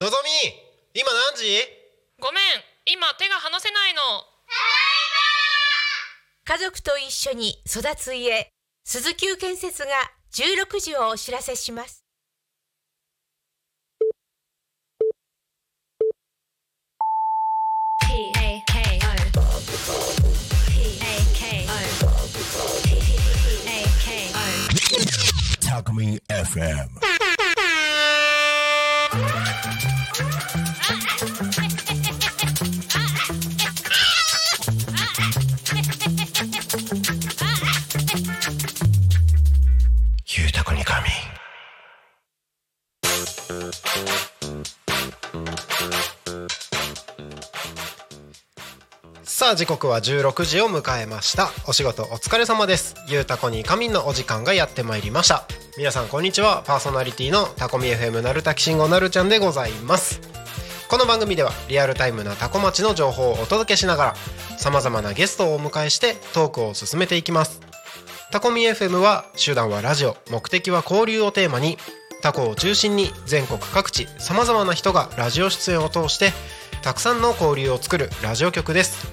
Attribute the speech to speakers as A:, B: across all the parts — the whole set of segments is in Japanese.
A: のぞみ今何時
B: ごめん今手が離せないの
C: 家族と一緒に育つ家鈴木建設が16時をお知らせし ます
D: タクミン FM
A: ゆうたこに仮眠さあ時刻は16時を迎えましたお仕事お疲れ様ですゆうたこに仮眠のお時間がやってまいりました皆さんこんにちはパーソナリティのタコミ FM なるたきしんごなるちゃんでございますこの番組ではリアルタイムなタコ町の情報をお届けしながらさまざまなゲストをお迎えしてトークを進めていきますタコミ FM は集団はラジオ目的は交流をテーマにタコを中心に全国各地さまざまな人がラジオ出演を通してたくさんの交流を作るラジオ局です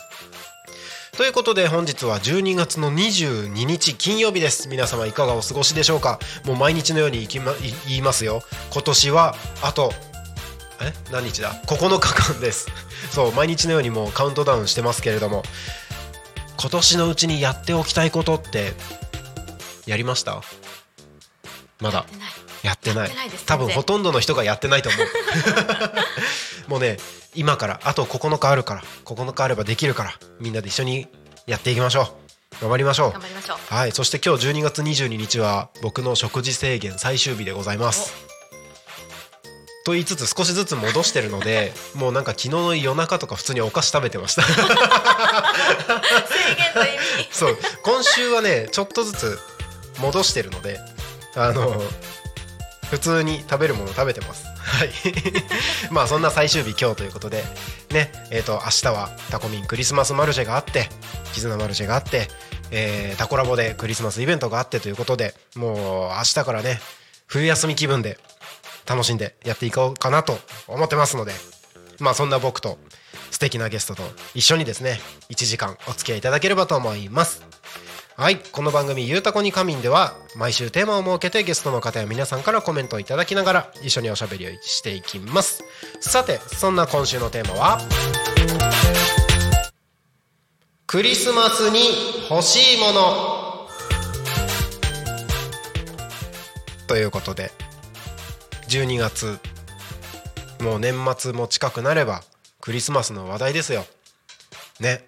A: ということで本日は12月の22日金曜日です皆様いかがお過ごしでしょうかもう毎日のように言きまい言いますよ今年はあとえ何日だ9日間ですそう毎日のようにもうカウントダウンしてますけれども今年のうちにやっておきたいことってやりましたまだやってない
C: やってないです
A: 多分
C: 全然
A: ほとんどの人がやってないと思 うもうね今からあと9日あるから9日あればできるからみんなで一緒にやっていきましょう頑張りましょう
C: 張りましょう
A: はいそして今日12月22日は僕の食事制限最終日でございますと言いつつ少しずつ戻してるの でもうなんか昨日の夜中とか普通にお菓子食べてました
C: 制限の意味
A: そう今週はねちょっとずつ戻してるのであの普通に食べるもの食べてますはい まあそんな最終日今日ということでねえー、と明日はタコミンクリスマスマルシェがあって絆マルシェがあって、えータコラボでクリスマスイベントがあってということでもう明日からね冬休み気分で楽しんでやっていこうかなと思ってますのでまあそんな僕と素敵なゲストと一緒にですね1時間お付き合いいただければと思いますはいこの番組「ゆうたこに仮眠」では毎週テーマを設けてゲストの方や皆さんからコメントをいただきながら一緒におしゃべりをしていきますさてそんな今週のテーマはクリスマスに欲しいものということで12月もう年末も近くなればクリスマスの話題ですよね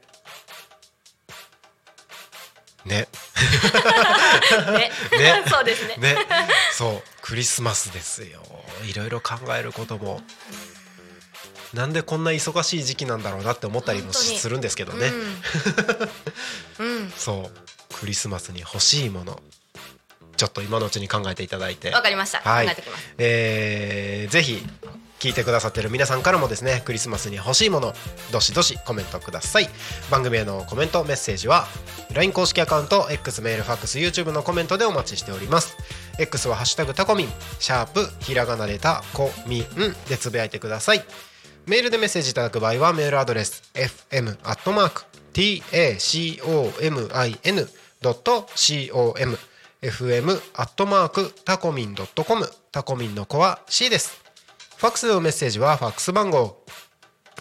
A: ね
C: ね
A: ね
C: そうですね
A: ねそうクリスマスですよいろいろ考えることもなんでこんな忙しい時期なんだろうなって思ったりも
C: 本当
A: し
C: に
A: するんですけどね、
C: うん、 うん
A: そうクリスマスに欲しいものちょっと今のうちに考えていただいて
C: わかりました、
A: はい
C: 考えてきます
A: えーぜひ聞いてくださってる皆さんからもですねクリスマスに欲しいものどしどしコメントください番組へのコメントメッセージは LINE 公式アカウント X メールファックス YouTube のコメントでお待ちしております X は「ハッシュタグタコミン」シャープひらがなでタコミンでつぶやいてくださいメールでメッセージいただく場合はメールアドレス fm.tacomin.com fm アットマークタコミンドットコムタコミンの子は C です。ファックスでのメッセージはファックス番号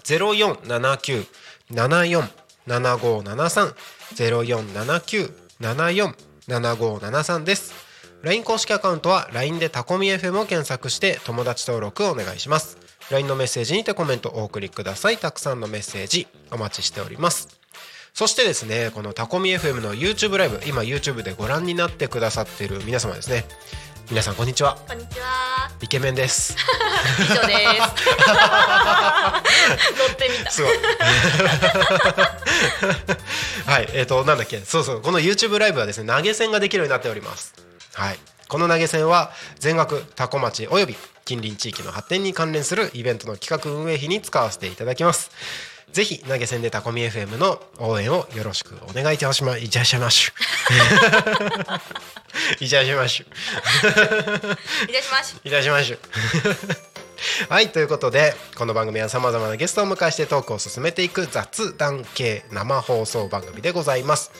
A: ゼロ四七九七四七五七三ゼロ四七九七四七五七三です。LINE 公式アカウントは LINE でタコミ FM を検索して友達登録をお願いします。LINE のメッセージにてコメントをお送りください。たくさんのメッセージお待ちしております。そしてですね、このタコミ FM の YouTube ライブ、今 YouTube でご覧になってくださっている皆様ですね。皆さんこんにちは。
C: こんにちは
A: イケメンです
B: 以上 です。乗ってみた。
A: すごい はいえっ、となんだっけそうそうこの YouTube ライブはですね投げ銭ができるようになっておりますはいこの投げ銭は全額多古町および近隣地域の発展に関連するイベントの企画運営費に使わせていただきますぜひ投げ銭でタコミ FM の応援をよろしくお願いいたしまいたしましゅ いたしましゅ
C: いたします
A: いたしましょうはいという ことでこの番組はさまざまなゲストをお迎えしてトークを進めていく雑談系生放送番組でございます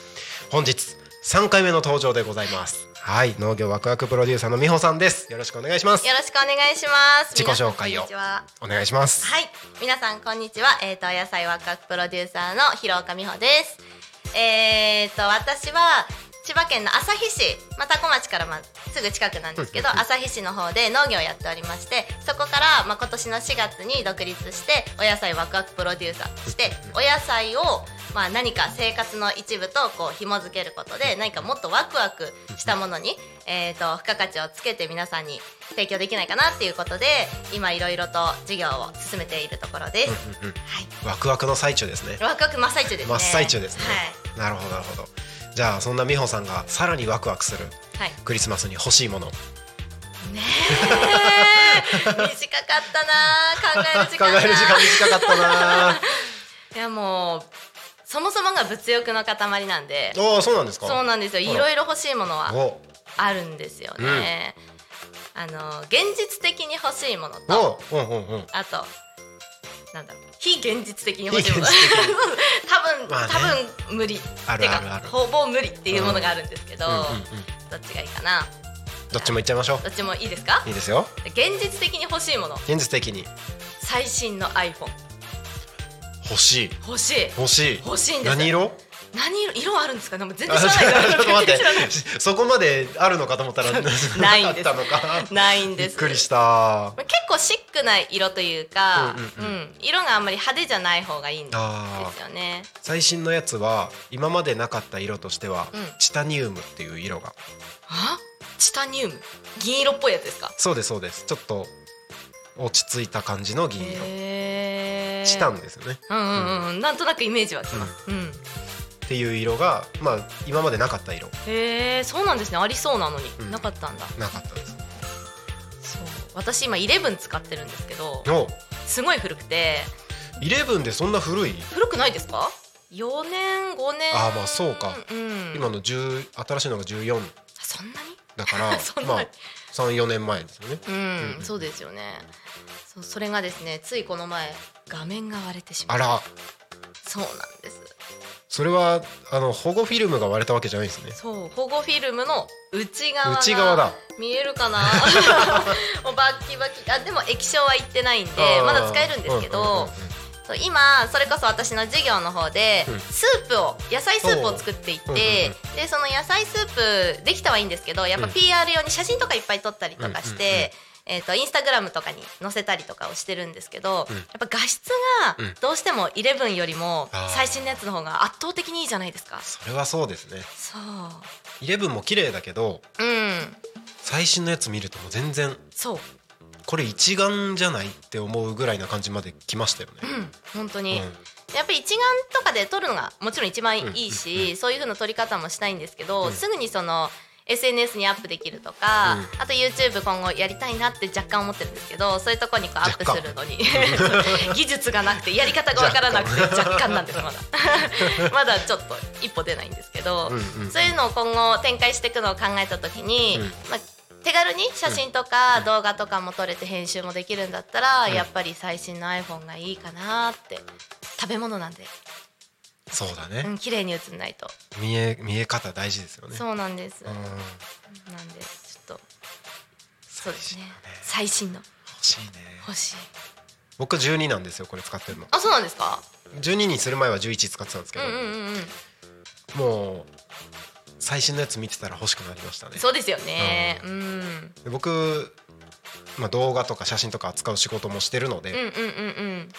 A: 本日3回目の登場でございますはい農業ワクワクプロデューサーの美穂さんですよろしくお願いします
E: よろしくお願いします。
A: 自己紹介を
E: 皆さ
A: お
E: んこんにちは。
A: 願いします
E: はい、皆さんこんにちは。えっ、と野菜ワクワクプロデューサーの広岡美穂です。えっ、と私は千葉県の旭市、まあ、多古町からまあすぐ近くなんですけど、
A: うんうんうん
E: 旭市の方で農業をやっておりまして、そこからまあ今年の4月に独立してお野菜ワクワクプロデューサーとしてお野菜をまあ何か生活の一部とこう紐づけることで何かもっとワクワクしたものに、えー、と付加価値をつけて皆さんに提供できないかなっていうことで今いろいろと事業を進めているところです。
A: うんうん
E: はい
A: ワクワクの最中ですね
E: ワクワク真っ最中ですね。
A: 真っ最中ですね、
E: は
A: なるほどなるほどじゃあそんな美穂さんがさらにワクワクする
E: い。はい。
A: クリスマスに欲しいもの
E: 短かったなあ。考える時
A: 考
E: 間が。
A: える時間短かった ない
E: やもうそもそもが物欲の塊なんで。
A: ああーそうなんですか
E: そうなんですよ。い
A: ほら
E: ろいろ欲しいものは
A: お
E: あるんですよね。あの現実的に欲しいものと、
A: おうんうんうん
E: あと。なんだろう非現実的に欲しいもの多
A: 非現実
E: 分、
A: まあね
E: 多分無理
A: あるあるあ
E: て
A: る
E: かほぼ無理っていうものがあるんですけど、
A: うんうんうん
E: どっちがいいかな
A: どっちも言っちゃいましょ
E: どっちもいいですか
A: ういいですよ
E: 現実的に欲しいもの
A: 現実的に
E: 最新の iPhone
A: 欲しい
E: 欲しい
A: 欲しい
E: 欲しいんです
A: 何色
E: 何色色あるんですかねもう全然
A: あ
E: 知らな い
A: ちょっと待っ
E: 全然知らない
A: てそこまであるのかと思ったらなか
E: ない
A: っ
E: んです
A: たのか
E: ないん
A: び
E: で
A: っ
E: す
A: くりした
E: 結構シックな色というか、
A: う
E: うんん色があんまり派手じゃない方がいいんで
A: あ
E: す
A: ー
E: よね
A: 最新のやつは今までなかった色としては、
E: うん
A: チタニウムっていう色が
E: あチタニウム銀色っぽいやつですか
A: そうですそうですちょっと落ち着いた感じの銀色、
E: へー
A: チタンですよね
E: うんうんうんなんとなくイメージはつきます、うん
A: っていう色がまあ今までなかった色
E: へえそうなんですねありそうなのに、
A: うん
E: なかったんだ
A: なかったです
E: そう私今11使ってるんですけど
A: お
E: すごい古くて
A: イレブンでそんな古い
E: 古くないですか4年5年
A: あーまあそうか
E: うん、
A: 今の10新しいのが14
E: そんなに
A: だから
E: そんな
A: まあ34年前ですよね
E: うん、
A: うん
E: そうですよねそうそれがですねついこの前画面が割れてしま
A: あ
E: う
A: ら
E: そうなんです
A: それはあの保護フィルムが割れたわけじゃないんですね
E: そう保護フィルムの内側が
A: 内側だ
E: 見え るかな もうバッキバキあでも液晶は行ってないんで
A: あー
E: まだ使えるんですけど、
A: うんうんうんうん
E: そう今それこそ私の授業の方で
A: うん
E: スープを野菜スープを作っていて、
A: おううんうんう
E: でその野菜スープできたはいいんですけどやっぱ
A: うん
E: PR 用に写真とかいっぱい撮ったりとかし
A: うんうんうん
E: て。えー、とインスタグラムとかに載せたりとかをしてるんですけど、
A: うん
E: やっぱ画質
A: う
E: が
A: ん
E: どうしても11よりも
A: あー
E: 最新のやつの方が圧倒的にいいじゃないですか
A: それはそうですね
E: そう
A: イレブンも綺麗だけど
E: うん
A: 最新のやつ見るともう全然
E: そう
A: これ一眼じゃないって思うぐらいな感じまで来ましたよね、
E: うん本当
A: うん
E: に、やっぱり一眼とかで撮るのがもちろん一番いいし、そういう風な撮り方もしたいんですけど、
A: うん
E: すぐにその SNS にアップできるとか、
A: う
E: あと YouTube 今後やりたいなって若干思ってるんですけどそういうとこにこうアップするのに 技術がなくてやり方がわからなくて若干なんですまだ まだちょっと一歩出ないんですけど、
A: うんうんうん
E: そういうのを今後展開していくのを考えた時に、
A: うん
E: まあ手軽に写真とか動画とかも撮れて編集もできるんだったら、
A: うん
E: やっぱり最新の iPhone がいいかなって食べ物なんで、
A: そうだ
E: う
A: ね、
E: ん綺麗に写んないと、
A: 見え見え方大事ですよね
E: そうなんです、
A: うん
E: なんでちょっとそうですね
A: 欲
E: 最新の
A: しいね
E: 欲しい
A: 僕12なんですよこれ使ってるの
E: あそうなんですか
A: 12にする前は11使ってたんですけ
E: うん
A: ど、
E: うんうんうん
A: もう最新のやつ見てたら欲しくなりましたね
E: そうですよねうんうん
A: で僕、まあ、動画とか写真とか扱う仕事もしてるので、
E: うんうんうん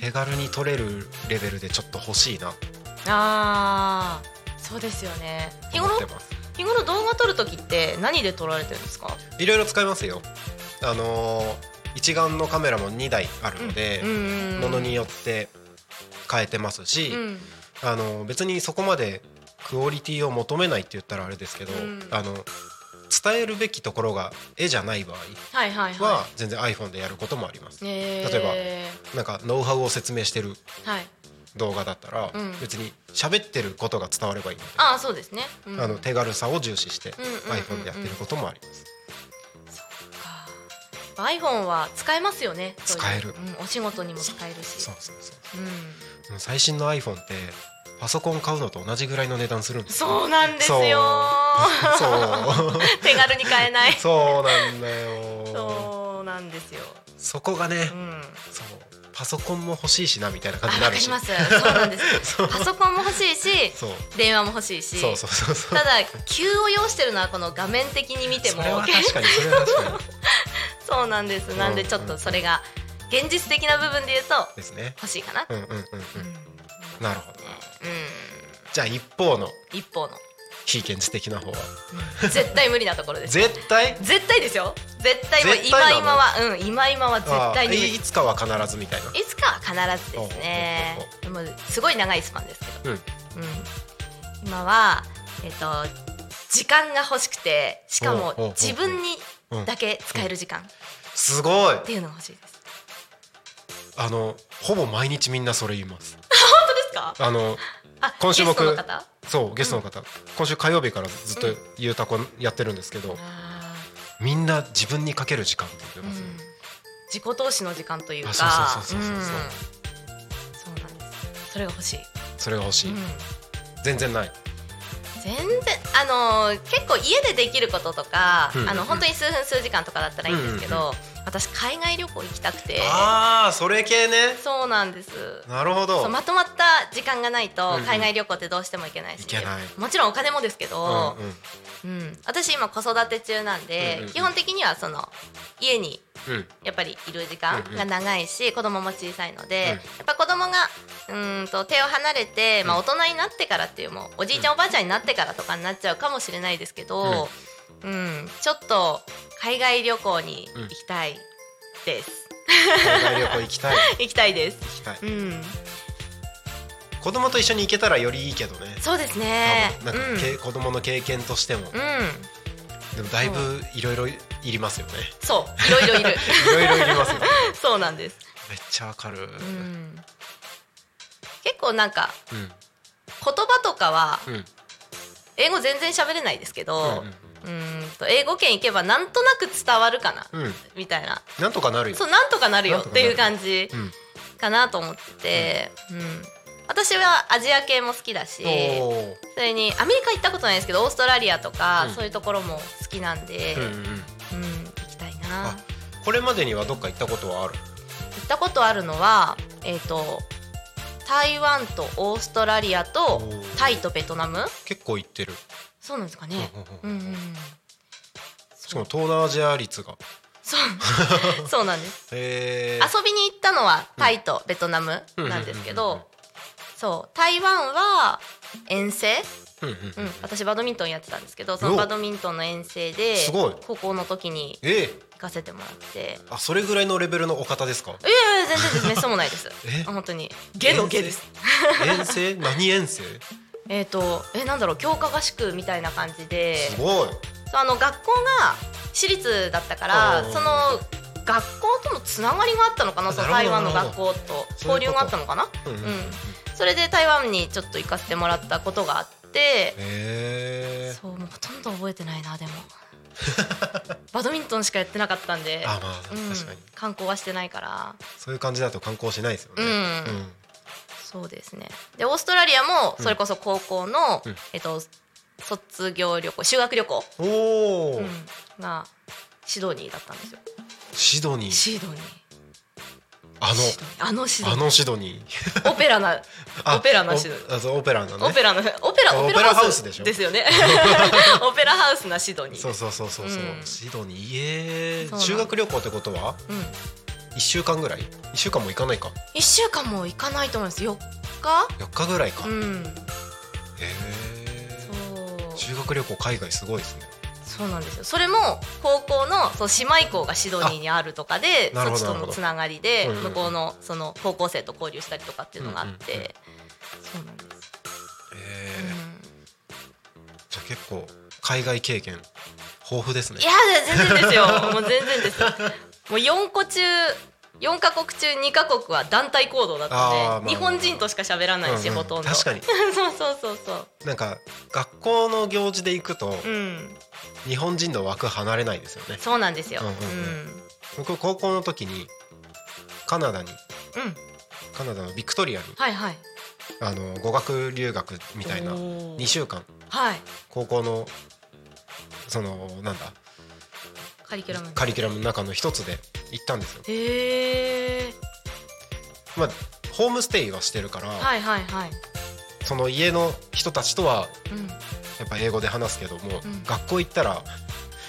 A: 手軽に撮れるレベルでちょっと欲しいなと
E: あーそうですよね日
A: 思
E: 頃
A: ってます
E: 日頃動画撮る時って何で撮られてるんですか
A: いろいろ使いますよあのー一眼のカメラも2台あるので、
E: うん
A: ものによって変えてますし、
E: うん
A: あの別にそこまでクオリティを求めないって言ったらあれですけど、
E: うん
A: あの伝えるべきところが絵じゃない場
E: はいはい
A: 合は
E: は
A: 全然 iPhone でやることもあります
E: い。。えー、
A: 例なんかノウハウを説明してる
E: はい。
A: 動画だったら、
E: うん
A: 別に喋ってることが伝わればいいので、
E: ああそうですね。うん、
A: あの手軽さを重視して
E: うんうんうんうん
A: iPhone でやってることもあります。
E: あー iPhone は使えますよね。そう
A: 使
E: いう
A: える
E: うん。お仕事にも使えるし。
A: そうそうそう
E: う
A: もう最新の iPhone ってパソコン買うのと同じぐらいの値段するんで
E: ん、
A: すよ
E: そうなんですよ
A: そう
E: 手軽に買えない
A: そうなんだよ
E: そうなんですよ、
A: そこがね、
E: うん、
A: そうパソコンも欲しいしなみたいな感じ
E: あ
A: に
E: わ
A: な
E: か
A: る
E: り
A: し
E: ますそうなんです
A: そ
E: よ
A: う
E: パソコンも欲しいし
A: そう
E: 電話も欲しいし
A: そうそうそうそう
E: ただ急を要してるのはこの画面的に見ても
A: それは確かにそれは確かに
E: そうなんですなんでちょっとそれが現実的な部分で言うと
A: ですね
E: 欲しいかな、
A: うんうんうんうん
E: うん
A: なるほど
E: う
A: じゃあ一方の
E: ん、一方の
A: 非現実的な方は
E: 絶対無理なとこ ろです
A: 絶対
E: 絶対ですよ絶対もう
A: 絶対なの
E: 今今はうん今今は絶
A: あ
E: 対に無
A: い
E: 理
A: いつかは必ずみたいない
E: つかは必ずですね
A: ほうほ
E: でもすごい長いスパンですけど、
A: うん
E: うん今はえっと時間が欲しくてしか
A: ほうほうほ
E: も
A: う
E: 自分にだけ使える時間っ
A: すごい
E: ていうのが欲しいです
A: あのほぼ毎日みんなそれ言います
E: 本当ですか
A: あの
E: あ
A: 今週
E: ゲストの
A: 僕
E: 方
A: そうゲストの方、今週火曜日からずっと「ゆうたこ」やってるんですけど、
E: あ
A: みんな自分にかける時間って言っ
E: ー、
A: て
E: うん
A: ます、
E: 自己投資の時間というか
A: あそうそうそうそうそう
E: うんそうなんですそれが欲しい、
A: それが欲しい、
E: うん
A: 全然ない
E: 全然あのー結構家でできることとか、
A: うん
E: あの本当に数分数時間とかだったらいいんですけど、
A: うん
E: 私海外旅行行きたくて
A: ああそれ系ね
E: そうなんです
A: なるほど
E: そうまとまった時間がないと
A: うんうん
E: 海外旅行ってどうしても行けないし、
A: 行けない
E: もちろんお金もですけど、
A: うんうん
E: うん私今子育て中なん
A: う
E: で、
A: んうんうん
E: 基本的にはその家に
A: うん
E: やっぱりいる時間が長いし、子供も小さいので、
A: うん
E: やっぱ子供がうーんと手を離れて、まあ、
A: う
E: 大人になってからっていうもうおじいちゃんおばあちゃんになってからとかになっちゃうかもしれないですけど、うんちょっと海外旅行に行きたいです、
A: 海外旅行行きたい
E: 行きたいです、
A: 行きたい
E: うん、
A: 子供と一緒に行けたらよりいいけどね
E: そうですね
A: 多分なんかけ、子供の経験としても
E: うん、うん、
A: でもだいぶいろいろいりますよね
E: そういろいろいる
A: いろ いろいりますよね
E: そうなんです、
A: めっちゃわかるう
E: うんん、結構なんか
A: うん
E: 言葉とかは
A: うん
E: 英語全然喋れないですけど、
A: うん
E: うーんと英語圏行けばなんとなく伝わるかな、
A: うん
E: みたいな
A: なんとかなるよ
E: そうなんとかなるよっていう
A: なん
E: 感じ
A: うん
E: かなと思ってて、うん私はアジア系も好きだし
A: おお
E: それにアメリカ行ったことないですけどオーストラリアとか、
A: うん
E: そういうところも好きなんで、
A: う
E: うんん
A: うん
E: 行きたいな
A: あこれまでにはどっか行ったことはある
E: 行ったことあるのはえっ、と台湾とオーストラリアと
A: おー
E: タイとベトナム
A: 結構行ってる
E: そうなんですかね、
A: う
E: うんん
A: う
E: うんん
A: うん
E: うん、
A: しかも東南アジア率が
E: そうそう なんです
A: へえ
E: 遊びに行ったのはタイとベトナムなんですけ
A: うんうんうんうん
E: どそう台湾は遠征、
A: うんうん
E: う
A: うんん、
E: 私バドミントンやってたんですけどその
A: お
E: バドミントンの遠征です
A: ごい
E: 高校の時に
A: ええ
E: 行かせてもらって
A: あそれぐらいのレベルのお方ですか
E: いやいや全然ですめっそうもないです
A: え
E: 本当にゲのゲです
A: 遠征何遠征
E: えっ、とえなんだろう強化合宿みたいな感じです
A: ごい
E: そうあの学校が私立だったか
A: お
E: ら
A: ー
E: その学校とのつながりがあったのかなその
A: なる
E: 台
A: ほど
E: 湾の学校と
A: そう
E: 交
A: いうこと
E: 流があったのかな
A: うんうんうん
E: うんそれで台湾にちょっと行かせてもらったことがあって
A: へえ
E: そうもうほとんど覚えてないなでも バドミントンしかやってなかったんで、
A: あまあ確
E: うん
A: かに、
E: 観光はしてないから
A: そういう感じだと観光しないですよね
E: うんそうですねでオーストラリアもそれこそ高校の、
A: うん
E: えっと、卒業旅行修学旅行、
A: うんおお、
E: うんがシドニーだったんですよ
A: シドニー
E: シドニー
A: あ
E: シドニーあのシド
A: のあ
E: ニ
A: のシドニー
E: ーオペラな
A: あ
E: オペラのシドニー
A: おあそうオペラなの
E: オ
A: ね
E: ペラのオペラ
A: オペラハウスでしょ
E: ですよね オペラハウスなシドニー
A: そうそうそうそうそう、
E: うん
A: シドニーえ
E: そうな
A: ー
E: の
A: 修学旅行ってことは
E: うん
A: 一週間ぐらい一週間も行かないか
E: 一週間も行かないと思います4
A: 四日ぐらいか、
E: 日うん
A: へえ
E: そう
A: 修学旅行海外すごいですね
E: そそうなんですよそれも高校のそう姉妹校がシドニーにあるとかで
A: あなる
E: そっ
A: ほど
E: ちとのつながりで
A: なるほど
E: 向こうのその高校生と交流したりとかっていうのがあっ
A: うんうんうん
E: てそうなんです、
A: え
E: う
A: ー
E: ん
A: じゃあ結構海外経験豊富ですね
E: いや全然ですよもう全然ですもう4個中4カ国中2カ国は団体行動だっ
A: あーまあ
E: た
A: ま
E: ん
A: あ
E: で日本人としか喋らないし、
A: うんうん
E: ほとんど
A: 確かに
E: そうそうそうそう
A: なんか学校の行事で行くと
E: うん
A: 日本人の枠離れないですよね
E: そうなんですよ
A: う
E: うんん
A: うん僕高校の時にカナダに
E: うん
A: カナダのビクトリアに
E: はいはい
A: あの語学留学みたいな
E: おー
A: 2週間
E: はい
A: 高校のそのなんだ
E: カリキュラム
A: カリキュラムの中の一つで行ったんですよ。
E: へえ
A: まあホームステイはしてるから、
E: はいはいはい
A: その家の人たちとは
E: うん
A: やっぱ英語で話すけども、
E: うん
A: 学校行ったら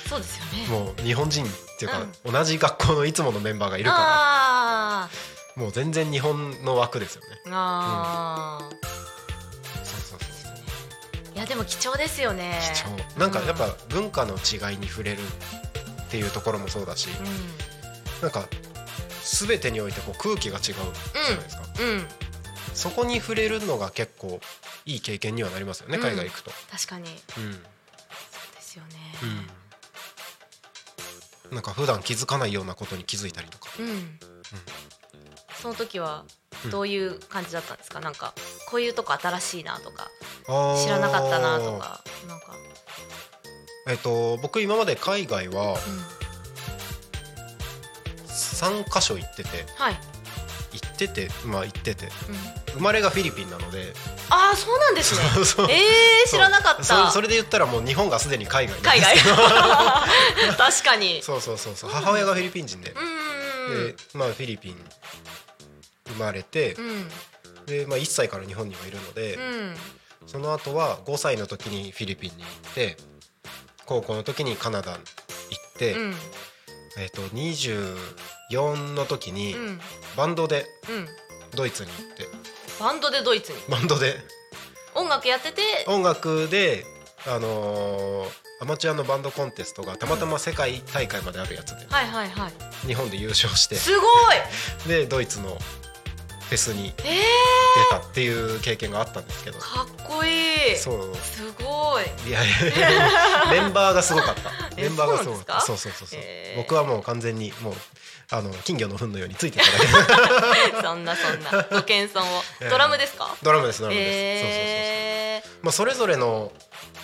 E: そうですよね
A: もう日本人っていうか、同じ学校のいつものメンバーがいるか
E: あ
A: らもう全然日本の枠ですよね。
E: ーあー、
A: そうそうそう
E: いやでも貴重ですよね
A: 貴重なんかやっぱ文化の違いに触れるっていうところもそうだし、なんか全てにおいてこう空気が違うじゃないですか、
E: うん、うん、
A: そこに触れるのが結構いい経験にはなりますよね、
E: うん
A: 海外行くと。
E: 確かに
A: うん
E: そうですよね
A: うんなんか普段気づかないようなことに気づいたりとか
E: うん、その時はどういう感じだったんですか、なんかこういうとこ新しいなとか知らなかったなとかなんか、
A: えっと僕今まで海外は
E: うん、
A: 3カ所行ってて
E: はい、
A: 行っててまあ行ってて
E: うん、
A: 生まれがフィリピンなので
E: ああそうなんですね
A: そうそう
E: えー、知らなかった
A: そうそそれで言ったらもう日本がすでに海外なん
E: 海
A: です
E: 外
A: けど
E: 確かに
A: そうそうそうそう母親がフィリピン人で
E: う、ん
A: でまあフィリピン生まれて、
E: うんうん
A: でまあ1歳から日本にはいるので、
E: うん
A: その後は5歳の時にフィリピンに行って高校の時にカナダ行って、
E: うん
A: えっと24の時に
E: うん
A: バンドで
E: うん
A: ドイツに行って
E: バンドでドイツに
A: バンドで
E: 音楽やってて
A: 音楽で、あのーアマチュアのバンドコンテストがたまたま世界大会まであるやつで
E: はいはいはい
A: 日本で優勝して
E: すごい
A: でドイツのフェスに
E: えー、
A: 出たっていう経験があったんですけど
E: かっこいい
A: そう
E: す ごい
A: いやいやメンバーがすごかった。メ
E: え
A: ンバーがすごかった。そ
E: そうう
A: そうそうそう
E: へ。ー
A: 僕はもう完全にもうあの金魚の糞のようについてた だけ。
E: そんなそんなご謙遜
A: えー
E: をドラムですか
A: ドラムですドラムです。
E: え
A: そうそうそうそう。まあそれぞれの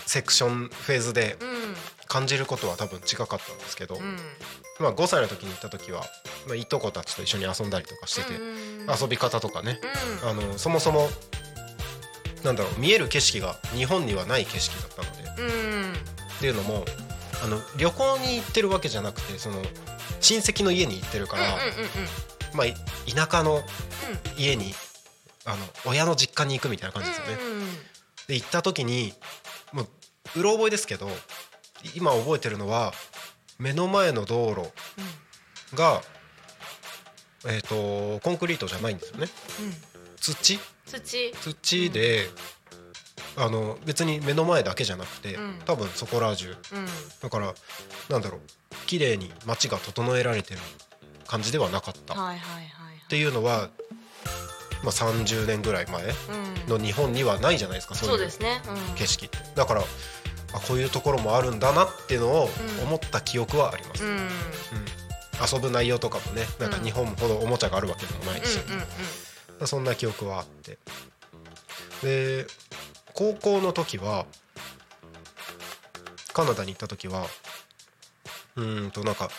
A: セクションフェーズで
E: ーうん
A: 感じることは多分違かったんですけど、
E: うん
A: まあ5歳の時に行った時はまあいとこたちと一緒に遊んだりとかしてて、
E: うん
A: 遊び方とかね、
E: う
A: あのそもそもなんだろう見える景色が日本にはない景色だったので。
E: んうん
A: っていうのもあの旅行に行ってるわけじゃなくてその親戚の家に行ってるから、
E: うんうんうんうん
A: まあ、い田舎の家にあの親の実家に行くみたいな感じですよね。
E: うんうん
A: で行った時にもううろ覚えですけど今覚えてるのは目の前の道路が、えー、とコンクリートじゃないんですよね
E: うん
A: 土
E: 土
A: 土で、あの別に目の前だけじゃなくて、
E: うん
A: 多分そこら中
E: うん
A: だからなんだろう綺麗に街が整えられてる感じではなかったっ
E: はいはいはいはい
A: ていうのは、まあ、30年ぐらい前
E: うん
A: の日本にはないじゃないですかそ
E: そうう
A: い
E: で
A: う
E: すねうん
A: 景色ってだからあこういうところもあるんだなっていうのを
E: うん
A: 思った記憶はあります、
E: う
A: うん
E: んうん
A: 遊ぶ内容とかもねなんか
E: うん
A: 日本ほどおもちゃがあるわけでもないし、
E: うんうん
A: そんな記憶はあってで高校の時はカナダに行った時はうーんとなんか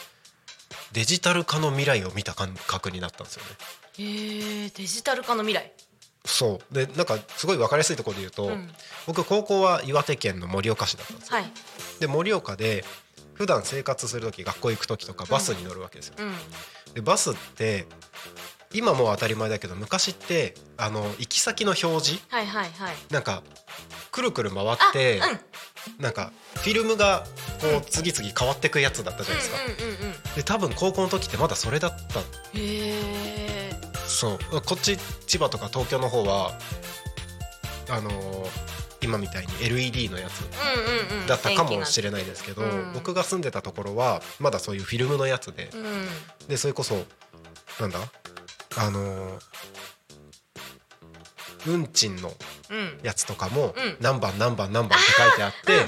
A: デジタル化の未来を見た感覚になったんですよね。
E: えー、デジタル化の未来
A: そうでなんかすごい分かりやすいところで言うと、
E: うん
A: 僕高校は岩手県の盛岡市だったんですよ。
E: はい
A: で盛岡で普段生活する時学校行く時とかバスに乗るわけですよ。
E: うん
A: でバスって今もう当たり前だけど昔ってあの行き先の表示
E: はいはいはい
A: なんかくるくる回っ
E: あ
A: て、
E: うん
A: なんかフィルムがこう次々変わってくやつだったじゃないですか、
E: うんうんうんうん
A: で多分高校の時ってまだそれだった
E: へえ
A: そうこっち千葉とか東京の方はあのー今みたいに LED のやつ
E: うんうんうん
A: だったかもしれないですけど、
E: うん
A: 僕が住んでたところはまだそういうフィルムのやつで
E: れない、うん、
A: でそれこそなんだあのー運賃の
E: うん、
A: やつとかも
E: うん
A: 何番何番何番って書いてあって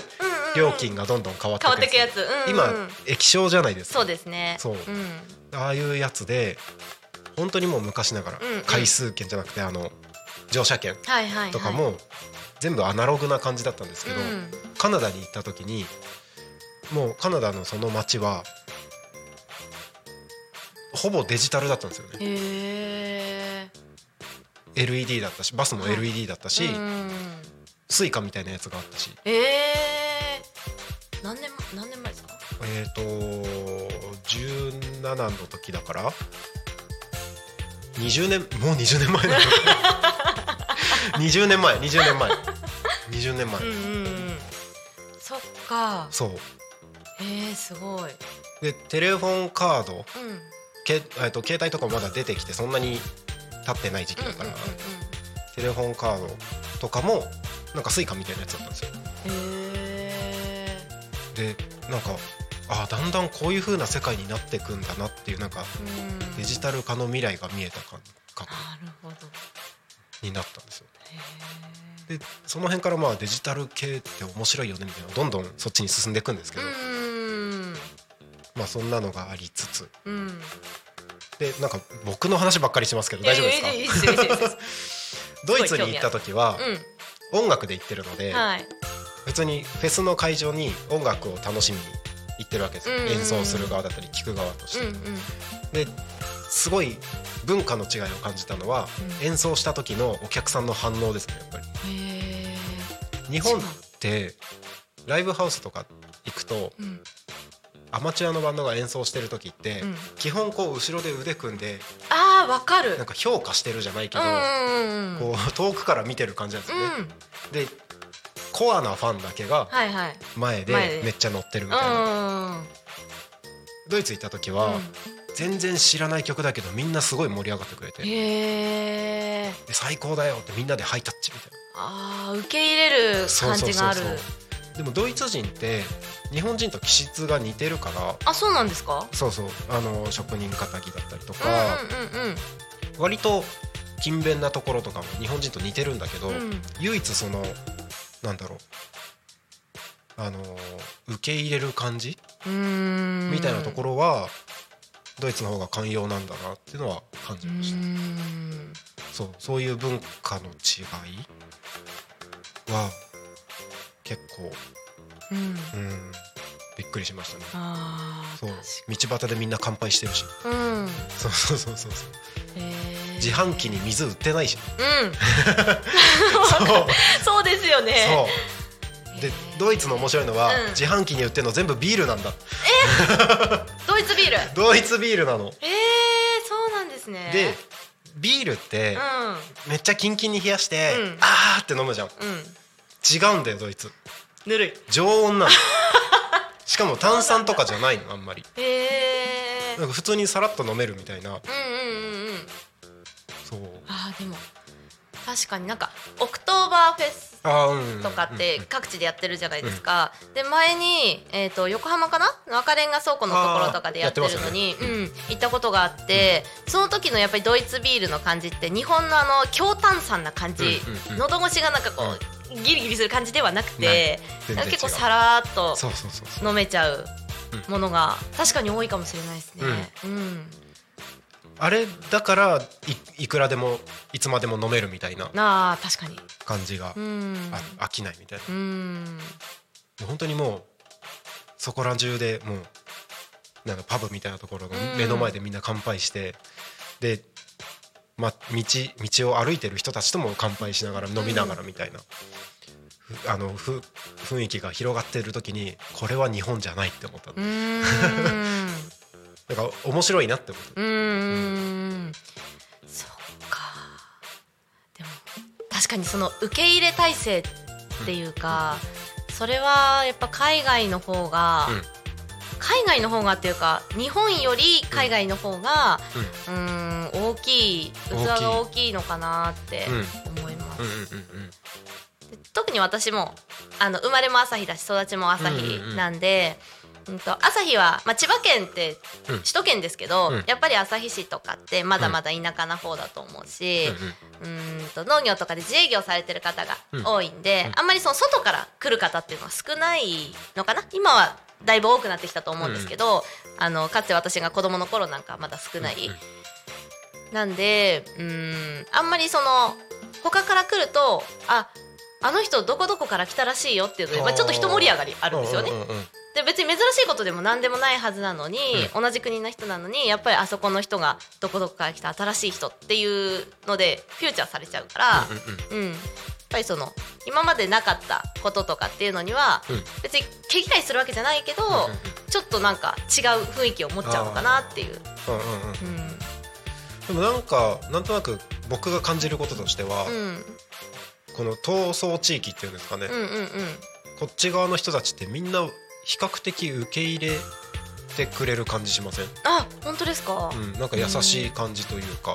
A: 料金がどんどん変わって
E: 変わって
A: く
E: くや
A: やつ
E: つ、うんうんうん
A: 今液晶じゃないです
E: そう
A: か
E: ですね、
A: そうんああいうやつで本当にもう昔ながら
E: うんうん
A: 回数券じゃなくてあの乗車券
E: はいはい、はい、
A: とかも全部アナログな感じだったんですけど
E: うん
A: カナダに行った時にもうカナダのその街はほぼデジタルだったんですよね
E: へえ
A: LED だったしバスも
E: はい
A: LED だったし、
E: うん、
A: スイカみたいなやつがあったし
E: ええ何年何年前ですか
A: えっ、ー、と17の時だから20年もう20年前 だ20年前20年前20年前、
E: うんうんうんそっか
A: そう
E: えー、すごい
A: でテレフォンカード
E: うん
A: け、えー、と携帯とかもまだ出てきてそんなに経ってない時期だから、テレフォンカードとかもなんかスイカみたいなやつだったんですよ
E: うんうんへえ
A: でなんかあーだんだんこういう風な世界になってくんだなっていうなんか
E: うん
A: デジタル化の未来が見えた感覚
E: なるほど
A: になったんですよ
E: へえ
A: でその辺からまあデジタル系って面白いよねみたいなどんどんそっちに進んでいくんですけど、
E: うん
A: まあそんなのがありつつ
E: うん
A: でなんか僕の話ばっかりしますけど大丈夫ですか、
E: いやいやいいですよいいですよいいですよ
A: ドイツに行った時は
E: う
A: 音楽で行ってるので、
E: んはい
A: 普通にフェスの会場に音楽を楽しみに行ってるわけですよ、
E: うんうんうん
A: 演奏する側だったり聴く側とし
E: う
A: て、
E: んうん
A: ですごい文化の違いを感じたのは、
E: うん
A: 演奏した時のお客さんの反応ですねやっぱり
E: へえ
A: 日本ってライブハウスとか行くと
E: うん
A: アマチュアのバンドが演奏してる時って、
E: うん
A: 基本こう後ろで腕組んで
E: あーわかる
A: なんか評価してるじゃないけど、
E: うんうんうん
A: こう遠くから見てる感じなんですよね、
E: うん
A: でコアなファンだけが
E: はいはい
A: 前で
E: 前で
A: めっちゃ乗ってるみ
E: う
A: たいな、
E: ん
A: ドイツ行った時
E: う
A: は
E: ん
A: 全然知らない曲だけどみんなすごい盛り上がってくれて、で
E: へえ
A: 最高だよってみんなでハイタッチみたいな
E: あー受け入れる
A: そう
E: 感
A: そう
E: じ
A: そ
E: が
A: う
E: ある
A: そうでもドイツ人って日本人と気質が似てるから
E: あそうなんですか
A: そうそうあの職人仇だったりと
E: うん
A: か、
E: うん
A: 割と勤勉なところとかも日本人と似てるんだけど、
E: うんうん
A: 唯一そのなんだろうあの受け入れる感じ
E: うーん
A: みたいなとこ
E: ろ
A: ろは、ドイツの方が寛容なんだなっていうのは感じました、そうそういう文化の違いは結構
E: うん
A: うんびっくりしましたね
E: あー
A: そう
E: 確
A: 道端でみんな乾杯してるし
E: かうん
A: そうそうそうそうそう
E: へー
A: 自販機に水売ってないし、
E: うん
A: そうそう
E: そうですよね
A: でドイツの面白いのは、
E: うん
A: 自販機に売ってるの全部ビールなんだ
E: ドイツビールえ
A: ドイツビールなの、
E: ーそうなんですね
A: でビールって
E: う、
A: めっちゃキンキンに冷やして、
E: うん
A: あーって飲むじゃん
E: んうん
A: 違うんだよドイツ
E: ぬるい
A: 常温な のしかも炭酸とかじゃないのあんまり
E: へー
A: なんか普通にさらっと飲めるみたいな
E: うんうんうんうん
A: そう
E: あーでも確かになんかオクトーバーフェス
A: あーうん
E: とかって各地でやってるじゃないですか、で前に、えー、と横浜かな赤レンガ倉庫のところとかでやってるのに、
A: あーやってますよね
E: うん、行ったことがあって、その時のやっぱりドイツビールの感じって日本のあの強炭酸な感じ、
A: うんうんうん
E: 喉越しがなんかこう、ギリギリする感じではなくて
A: ない全然違う
E: 結構さらーっと
A: そうそうそうそう
E: 飲めちゃう
A: う
E: ものが確かに多いかもしれないですね。うん
A: あれだからいいくらでもいつまでも飲めるみたいな
E: なあ確かに、
A: 感じが
E: うん
A: ある飽きないみたいな
E: うん
A: もう本当にもうそこら中でもうなんかパブみたいなところの
E: うん
A: 目の前でみんな乾杯して、で、ま、道道を歩いてる人たちとも乾杯しながら飲みながらみたいな、ふあのふ雰囲気が広がってる時にこれは日本じゃないって思った
E: うーん
A: だから面白いなって思った
E: うーんそっかでも確かにその受け入れ体制っていうか、それはやっぱ海外の方が、
A: うん
E: 海外の方がっていうか日本より海外の方が、うーん大きい器が大きいのかなって
A: うん
E: 思います、
A: うんうんうんうん
E: 特に私もあの生まれも朝日だし育ちも朝日なんで、うんと朝日は、まあ、千葉県って
A: うん
E: 首都圏ですけど、
A: うん
E: やっぱり旭市とかってまだまだ田舎な方だと思うし、うんと農業とかで自営業されてる方が多いんで、
A: うんうん
E: あんまりその外から来る方っていうのは少ないのかな今はだいぶ多くなってきたと思うんですけど、あのかつて私が子供の頃なんかはまだ少ない、
A: うん
E: なんでうんあんまりその他から来るとああの人どこどこから来たらしいよっていうので、まあ、ちょっと一盛り上がりあるんですよね。
A: うんうんうん
E: で別に珍しいことでも何でもないはずなのに、同じ国の人なのにやっぱりあそこの人がどこどこから来た新しい人っていうのでフューチャーされちゃうから、うんやっぱりその今までなかったこととかっていうのには、
A: うん
E: 別に毛嫌いするわけじゃないけど、
A: うんうんうん
E: ちょっとなんか違う雰囲気を持っちゃうのかなっていう。
A: うんうんうんうん
E: うん
A: でもなんかなんとなく僕が感じることとしては、
E: うん
A: この闘争地域っていうんですかね、
E: うんうん
A: こっち側の人たちってみんな比較的受け入れてくれる感じしません、
E: あ本当ですか、
A: うん、なんか優しい感じというか、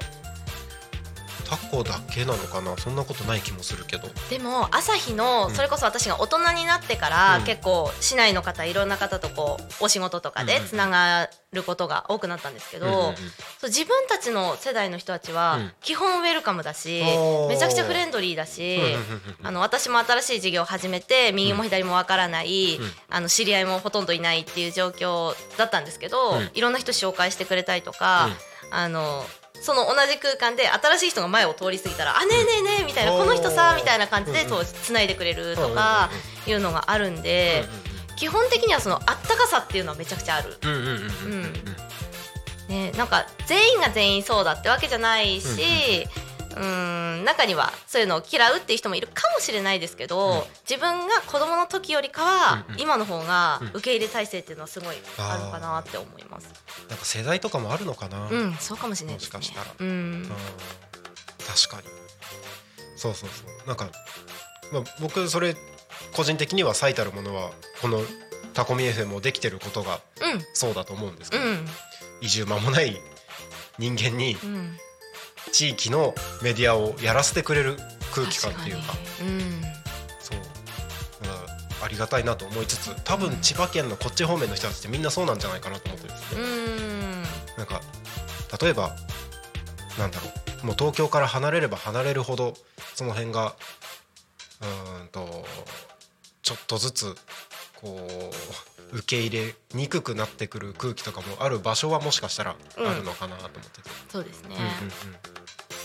A: タコだけなのかなそんなことない気もするけど
E: でも朝日の
A: うん
E: それこそ私が大人になってから、
A: うん
E: 結構市内の方いろんな方とこうお仕事とか
A: うん
E: で
A: うんうん
E: つながることが多くなったんですけど、
A: うんうんうん
E: そう自分たちの世代の人たちは
A: うん
E: 基本ウェルカムだし、
A: おー
E: めちゃくちゃフレンドリーだし。
A: うんうんうんうん
E: あの私も新しい事業を始めて右も左もわからない、
A: うん
E: あの知り合いもほとんどいないっていう状況だったんですけど、
A: うん
E: いろんな人紹介してくれたりとか、あのその同じ空間で新しい人が前を通り過ぎたら「あねえねえねえ」みたいな
A: お
E: 「
A: ー
E: この人さ」みたいな感じで
A: うんうん
E: つないでくれるとかいうのがあるんで基本的にはそのあったかさっていうのはめちゃくちゃある。
A: うんうんうんうんうんうんうんうんうん
E: ね、なんか全員が全員そうだってわけじゃないし、うーん、中にはそういうのを嫌うっていう人もいるかもしれないですけど、
A: うん
E: 自分が子供の時よりかは、
A: うんうん
E: 今の方が
A: うん
E: 受け入れ体制っていうのはすごいあるかなって思います。
A: なんか世代とかもあるのかな、
E: う
A: うん
E: ん、そうかもしれないですね。
A: もしかしたら
E: うん、
A: 確かにそうそうそうなんか、まあ、僕それ個人的には最たるものはこのタコミ FM をできてることが
E: うん、
A: そうだと思うんですけ
E: う
A: ど、
E: ん、
A: 移住間もない人間に
E: うん、
A: 地域のメディアをやらせてくれる空気感っていうか
E: 確にうん、
A: そうだからありがたいなと思いつつ多分千葉県のこっち方面の人たちってみんなそうなんじゃないかなと思ってるんですね、
E: うん、
A: なんか例えばなんだろうもう東京から離れれば離れるほどその辺がうーんとちょっとずつこう受け入れにくくなってくる空気とかもある場所はもしかしたらあるのかなと思ってて、
E: そうですね
A: うん。うんうん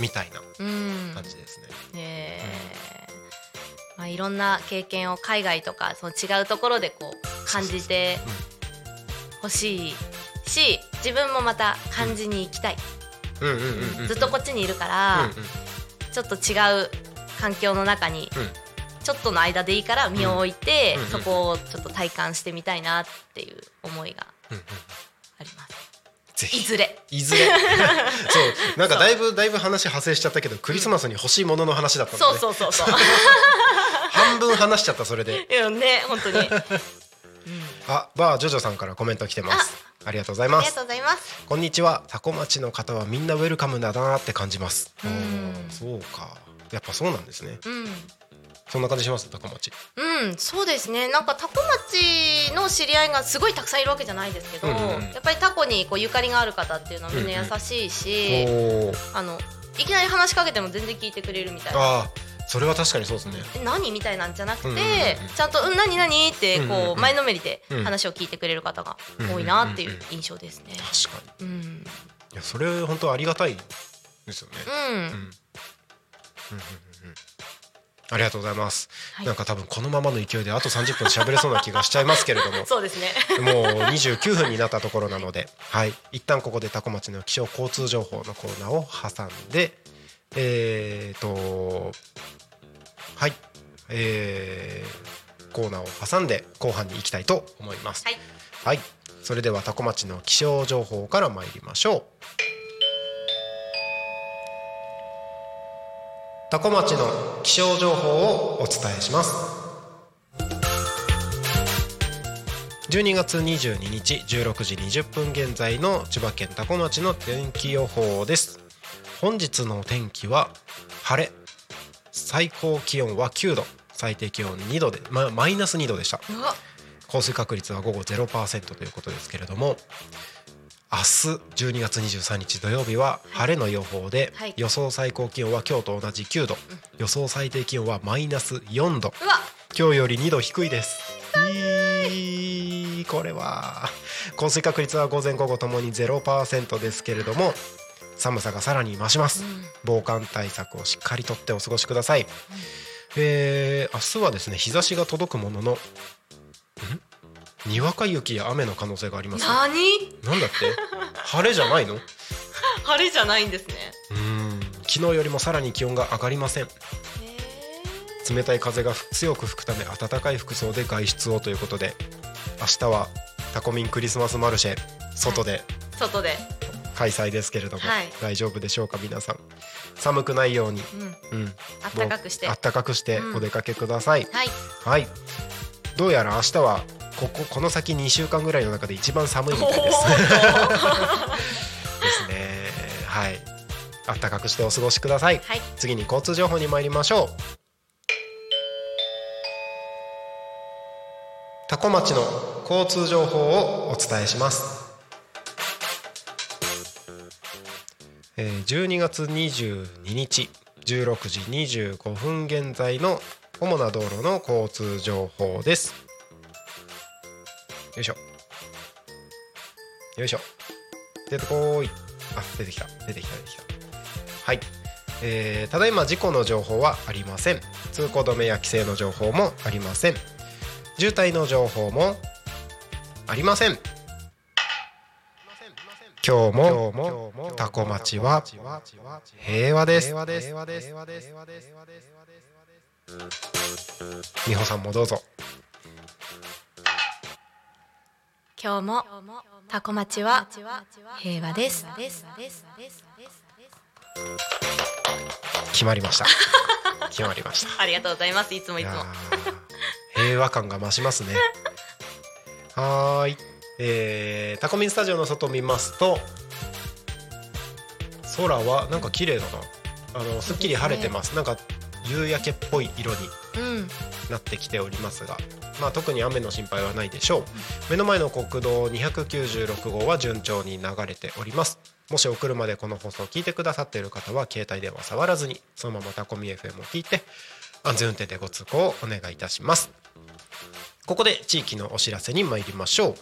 A: みたいな
E: うん、
A: 感じですね。
E: ねえまあ、いろんな経験を海外とかその違うところでこう感じてほしいし自分もまた感じに行きたい、
A: うんうんうんうん
E: ずっとこっちにいるか
A: うん
E: ら、
A: うん
E: ちょっと違う環境の中に、ちょっとの間でいいから身を置いて、
A: うんうん
E: そこをちょっと体感してみたいなっていう思いが
A: うんうん
E: あります。
A: ぜ
E: い
A: ひ
E: ずれ
A: い ずれそうなんかだいぶだいぶ話派生しちゃったけどクリスマスに欲しいものの話だったんだ
E: そう
A: ね
E: そうそうそう
A: 半分話しちゃったそれで
E: いやね本当にあ
A: あ、バージョジョさんからコメント来てます。ありがとうございま
E: りが
A: す。
E: とうございます
A: こんにちは。タコ町の方はみんなウェルカムだなって感じます。おーそうか。やっぱそうなんですね。
E: うん
A: そんな感じします。タコ町。
E: うん、そうですね。なんかタコ町の知り合いがすごいたくさんいるわけじゃないですけど、
A: うんうんうん
E: やっぱりタコにこうゆかりがある方っていうのはみんな優しいし、
A: おお。
E: あのいきなり話しかけても全然聞いてくれるみたいな。
A: あー、それは確かにそうですね。
E: え何みたいなんじゃなくて、
A: うんうんうんうん
E: ちゃんと「うん何何?」っ
A: う
E: て
A: んうん
E: こ
A: うん
E: う前のめりで
A: うん
E: 話を聞いてくれる方が多いなってい
A: んうん
E: う
A: うん
E: 印象ですね。
A: 確かに。
E: うん、
A: いや、それ本当ありがたいですよね。
E: うん
A: うん。うんうんうんうんありがとうございます、
E: はい
A: なんか多分このままの勢いであと30分喋れそうな気がしちゃいますけれども
E: そうですね。
A: もう29分になったところなので、はい、一旦ここでタコ町の気象交通情報のコーナーを挟んで、えー、と、はい、えーコーナーを挟んで後半に行きたいと思います。
E: はい、
A: はい、それではタコ町の気象情報から参りましょう。タコ町の気象情報をお伝えします。12月22日16時20分現在の千葉県多古町の天気予報です本日の天気は晴れ最高気温は9度最低気温2度で、ま、マイナス2度でした
C: お
A: 降水確率は午後0%ということですけれども明日12月23日土曜日は晴れの予報で、
E: はい
A: 予想最高気温は今日と同じ9度、予想最低気温はマイナス4度
E: うわ
A: 今日より2度低いですいいこれは降水確率は午前午後ともに0%ですけれども寒さがさらに増します、防寒対策をしっかりとってお過ごしください、えー明日はですね日差しが届くもののんにわか雪や雨の可能性がありますな
E: 何
A: んだって晴れじゃないのう
E: 晴れじゃないんですね
A: ーん昨日よりもさらに気温が上がりません冷たい風が強く吹くため暖かい服装で外出をということで明日はタコミンクリスマスマルシェ外で
E: 外で
A: 開催ですけれども、
E: はい
A: 大丈夫でしょうか皆さん寒くないように、
E: うん
A: うん、
E: あったかくして
A: あったかくして
E: うん
A: お出かけください、
E: はい
A: はいどうやら明日はこここの先2週間ぐらいの中で一番寒いみたいですですねはいあったかくしてお過ごしください、
E: はい
A: 次に交通情報に参りましょう多古町の交通情報をお伝えしますえー12月22日16時25分現在の主な道路の交通情報ですよいしょよいしょ出てこーいあ出てきた出てきた出てきたはい、えーただいま事故の情報はありません通行止めや規制の情報もありません渋滞の情報もありません今日もタコ町は平和です美穂さんもどうぞ
E: 今日もタコ町は平和です
A: 決まりました決まりました
E: ありがとうございますいつもいつも
A: やー平和感が増しますね はーい、えー、タコミンスタジオの外を見ますと空はなんか綺麗だなあのすっきり晴れてますなんか夕焼けっぽい色に
E: うん
A: なってきておりますが、まあ、特に雨の心配はないでしょう目の前の国道296号は順調に流れておりますもしお車でこの放送を聞いてくださっている方は携帯電話触らずにそのままタコミ FM を聞いて安全運転でご通行をお願いいたしますここで地域のお知らせに参りましょう、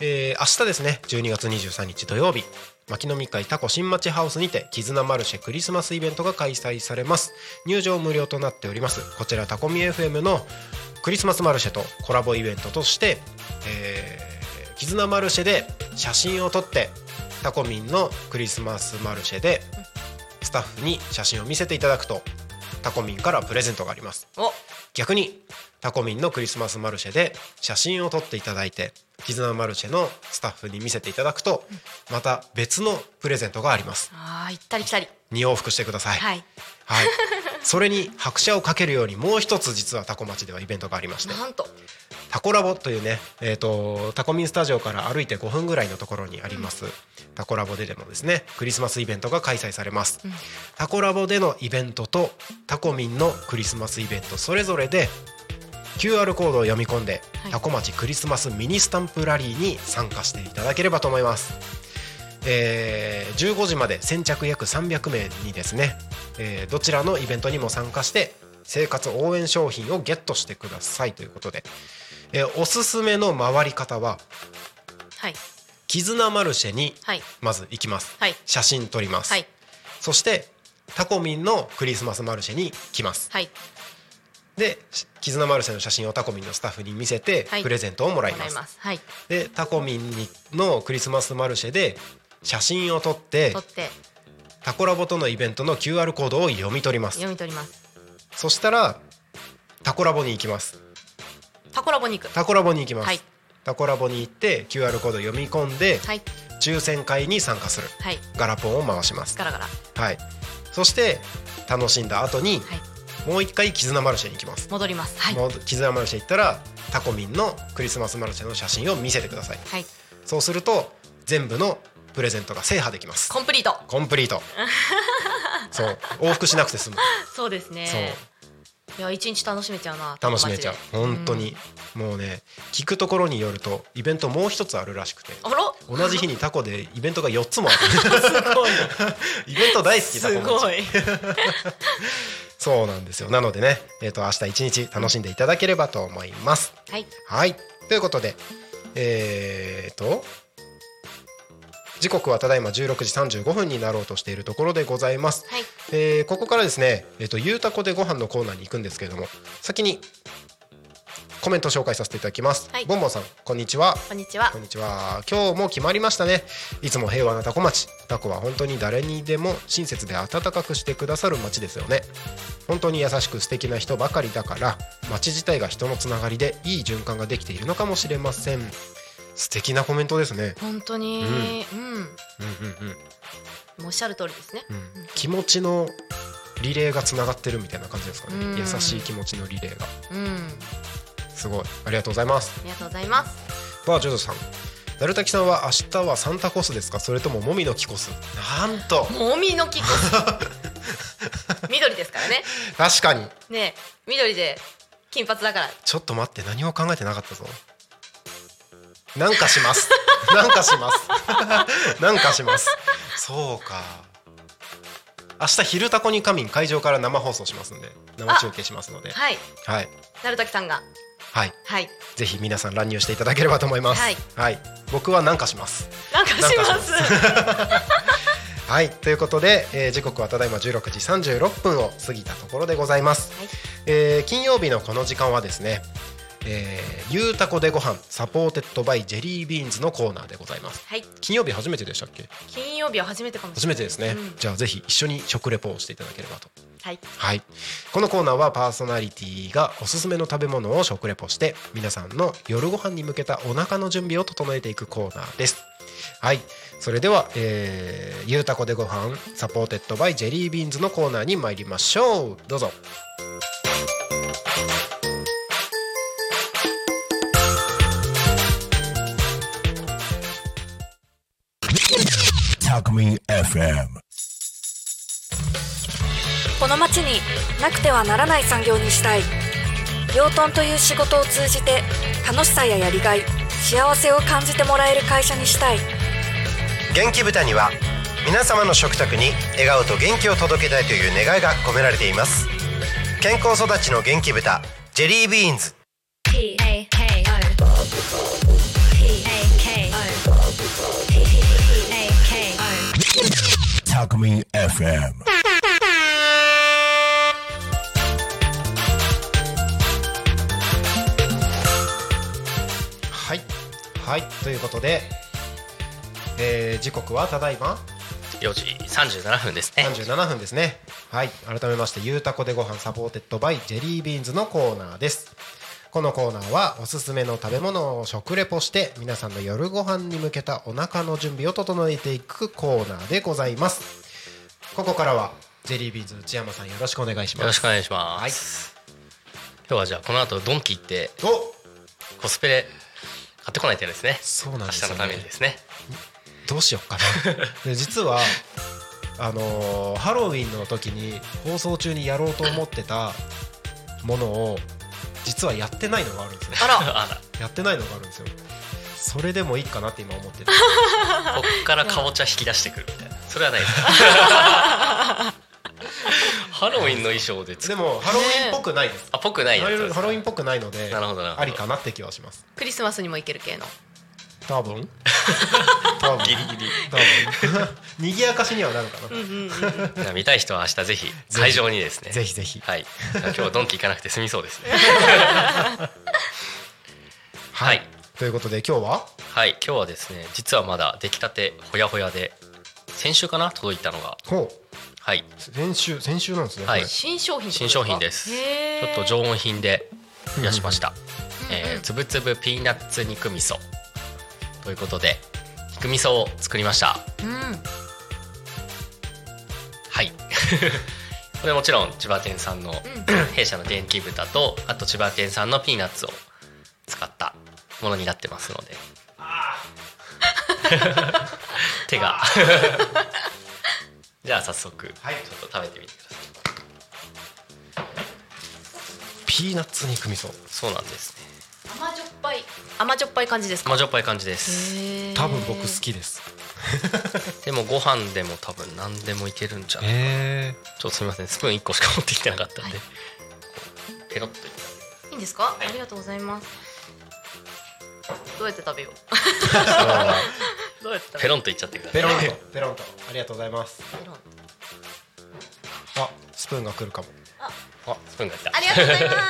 A: えー明日ですね12月23日土曜日牧野み会タコ新町ハウスにて絆マルシェクリスマスイベントが開催されます入場無料となっておりますこちらタコミ FM のクリスマスマルシェとコラボイベントとして、えー、絆マルシェで写真を撮ってタコミンのクリスマスマルシェでスタッフに写真を見せていただくとタコミンからプレゼントがあります
E: お
A: 逆にタコミンのクリスマスマルシェで写真を撮っていただいて絆マルシェのスタッフに見せていただくとまた別のプレゼントがあります
E: あー行ったり来たり
A: 2往復してください、
E: はい
A: はい、それに拍車をかけるようにもう一つ実はタコ町ではイベントがありまして
E: なんと
A: タコラボというね、えー、とタコミンスタジオから歩いて5分ぐらいのところにあります、タコラボででもですねクリスマスイベントが開催されます、タコラボでのイベントとタコミンのクリスマスイベントそれぞれで QR コードを読み込んで、
E: はい
A: タコ町クリスマスミニスタンプラリーに参加していただければと思いますえー15時まで先着約300名にですね、えーどちらのイベントにも参加して生活応援商品をゲットしてくださいということで、えーおすすめの回り方は
E: はい
A: 絆マルシェに
E: はい
A: まず行きます、
E: はい
A: 写真撮ります、
E: はい
A: そしてタコミンのクリスマスマルシェに来ます
E: はい
A: で絆マルシェの写真をタコミンのスタッフに見せて
E: はい
A: プレゼントをもらい
E: もら
A: ま
E: い
A: す、
E: ますはい
A: でタコミンにのクリスマスマルシェで写真を撮って
E: 取って
A: タコラボとのイベントの QR コードを読み取ります
E: 読み取ります
A: そしたらタコラボに行きます
E: タコラボに行く
A: タコラボに行きます、
E: はい
A: タコラボに行って QR コード読み込んで
E: はい
A: 抽選会に参加する
E: はい
A: ガラポンを回します
E: ガラガラは
A: はいそして楽しんだ後に
E: い
A: もう一回絆マルシェに行きます、
E: 戻りますはい
A: もう絆マルシェ行ったらタコミンのクリスマスマルシェの写真を見せてください
E: はい
A: そうすると全部のプレゼントが制覇できます
E: コンプリート
A: コンプリートそう往復しなくて済む
E: そうですね
A: そう
E: いや一日楽しめちゃうな
A: 楽しめちゃう
E: マジで
A: 本当に、もうね聞くところによるとイベントもう一つあるらしくて
E: あら
A: 同じ日にタコでイベントが4つもあ る イベント大好きタコ
E: す
A: 町
E: ごい
A: そうなんですよなのでね、えー、と明日一日楽しんでいただければと思います
E: はい
A: はいということでえー、と時刻はただいま16時35分になろうとしているところでございます
E: はい
A: えーここからですね、えー、とゆうたこでご飯のコーナーに行くんですけれども先にコメント紹介させていただきます、
E: はい
A: ボンボンさんこんにちは
E: こんにちは
A: こんにちは今日も決まりましたねいつも平和なタコ町タコは本当に誰にでも親切で温かくしてくださる町ですよね本当に優しく素敵な人ばかりだから町自体が人のつながりでいい循環ができているのかもしれません素敵なコメントですね
E: 本当にうん、
A: うんうんうん
E: もうおっしゃる通りですね
A: うん気持ちのリレーがつながってるみたいな感じですかね、
E: うん
A: 優しい気持ちのリレーが
E: うん
A: すごいありがとうございます
E: ありがとうございます
A: バージョジョさんなるたきさんは明日はサンタコスですかそれとももみの木コスなんと
E: もみの木 こそ緑ですからね
A: 確かに
E: ねえ緑で金髪だから
A: ちょっと待って何も考えてなかったぞなんかします なんかしますなんかします そうか明日昼タコに仮眠会場から生放送しますんで生中継しますので
E: はい
A: はい
E: なるたきさんが
A: はい
E: はい
A: ぜひ皆さん乱入していただければと思います。は
E: はいい、
A: 僕はなんかします。
E: なんかします
A: なんはい、ということで、えー時刻はただいま16時36分を過ぎたところでございます。
E: はい
A: えー金曜日のこの時間はですね、えー、ゆうたこでご飯サポーテッドバイジェリービーンズのコーナーでございます。
E: はい
A: 金曜日初めてでしたっけ？
E: 金曜日は初めてかもし
A: 初め
E: れない
A: てですね。
E: うん
A: じゃあぜひ一緒に食レポをしていただければと
E: はい
A: はい、このコーナーはパーソナリティがおすすめの食べ物を食レポして皆さんの夜ご飯に向けたお腹の準備を整えていくコーナーですはいそれでは、えーゆうたこでご飯サポーテッドバイジェリービーンズのコーナーに参りましょうどうぞ
D: タコミ FM
F: この町になくてはならない産業にしたい養豚という仕事を通じて楽しさややりがい幸せを感じてもらえる会社にしたい
A: 元気豚には皆様の食卓に笑顔と元気を届けたいという願いが込められています健康育ちの元気豚ジェリービーンズ
G: P A K O. P A K O. P A K O.
D: タコミ FM
A: はい、はい、ということで、えー時刻はただいま
H: 4時37分ですね
A: 37分ですね。はい、改めましてゆうたこでご飯サポーテッドバイジェリービーンズのコーナーです。このコーナーはおすすめの食べ物を食レポして皆さんの夜ご飯に向けたお腹の準備を整えていくコーナーでございます。ここからはジェリービーンズ内山さんよろしくお願いし
H: よ
A: ま
H: ろ
A: す。
H: しくお願いします、今日はじゃあこの後ドンキ行って
A: お、
H: コスプレ買ってこないとですね
A: そうなん
H: 明
A: です
H: 日
A: よ、
H: のために
A: ね
H: で。すね
A: どうしよっか なで実はあのーハロウィンの時に放送中にやろうと思ってたものを実はやってないのがあるんですよ
E: あら
H: あ
A: やってないのがあるんですよそれでもいいかなって今思 ってる
H: らこっからかぼちゃ引き出してくるみたいなそれ はないですハロウィンの衣装でつ
A: でもハロウィンっぽくないです
H: あぽくないや
A: ハ
H: つ
A: ロウィン
H: ですね
A: ハロウィンっぽくないので
H: なるほどなるほど
A: ありかなって気はします
E: クリスマスにも行ける系の
A: 多分多分
H: ギリギリ
A: 多分 賑やかしにはなるかな、
H: じゃあ見たい人は明日ぜひ会場にですね
A: ぜひぜひ
H: はいじゃあ今日はドンキ行かなくて済みそうで すねはい
A: ということで今日は
H: はい今日はですね実はまだ出来たてほやほやで先週かな届いたのが
A: ほう
H: はい
A: 先週先週なんですね、
H: はい
A: これ
E: 新商品ってこと
H: 新商品です
E: へ
H: ちょ
E: ー
H: っと常温品でいらしました、えーつぶつぶピーナッツ肉味噌ということで肉味噌を作りました
E: うん
H: はい これもちろん千葉県産の 弊社の元気豚とあと千葉県産のピーナッツを使ったものになってますので 手がじゃあ早速ちょっと食べてみてください
A: ピーナッツ肉味噌
H: そうなんですね
B: 甘じょっぱい甘じょっぱい感じですか
H: 甘じょっぱい感じです
A: 多分僕好きです
H: でもご飯でも多分何でもいけるんじゃない
A: え
H: ちょっとすみませんスプーン1個しか持ってきてなかったんで、ペロッといった
E: いいんですか、ありがとうございますどうやって食べようどうやって食べ
H: ペ
E: よ
H: ロンといっちゃってくださ
A: ペ
H: い
A: ロンとペロンとありがとうございます
E: うペロン
A: あスプーンが来るかも
H: あスプーンが来た
E: ありがとうございます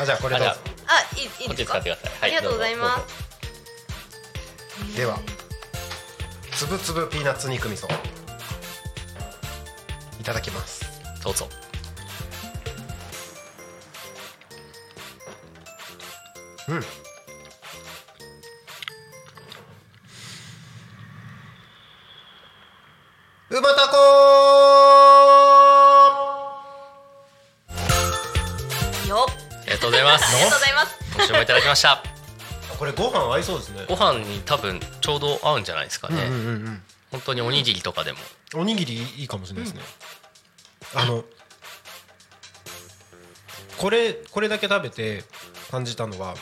A: あじゃあこれどうぞ
H: あ
E: あ
H: じ
E: いいい
H: こ
E: い
H: っ
E: で
H: ち
E: す
H: 使
E: か
H: ってください、
E: ありがとうございます
H: す
A: ではつぶつぶピーナッツ肉味噌いただきます
H: どうぞ
A: うんうまたこ
E: よ
H: ありがとうございます
E: ありがとうございます
H: ご視聴いただきました
A: これご飯合いそうですね
H: ご飯に多分ちょうど合うんじゃないですかね、
A: うんうんうん
H: 本当におにぎりとかでも
A: うんおにぎりいいかもしれないですね、あのこれこれだけ食べて感じたのは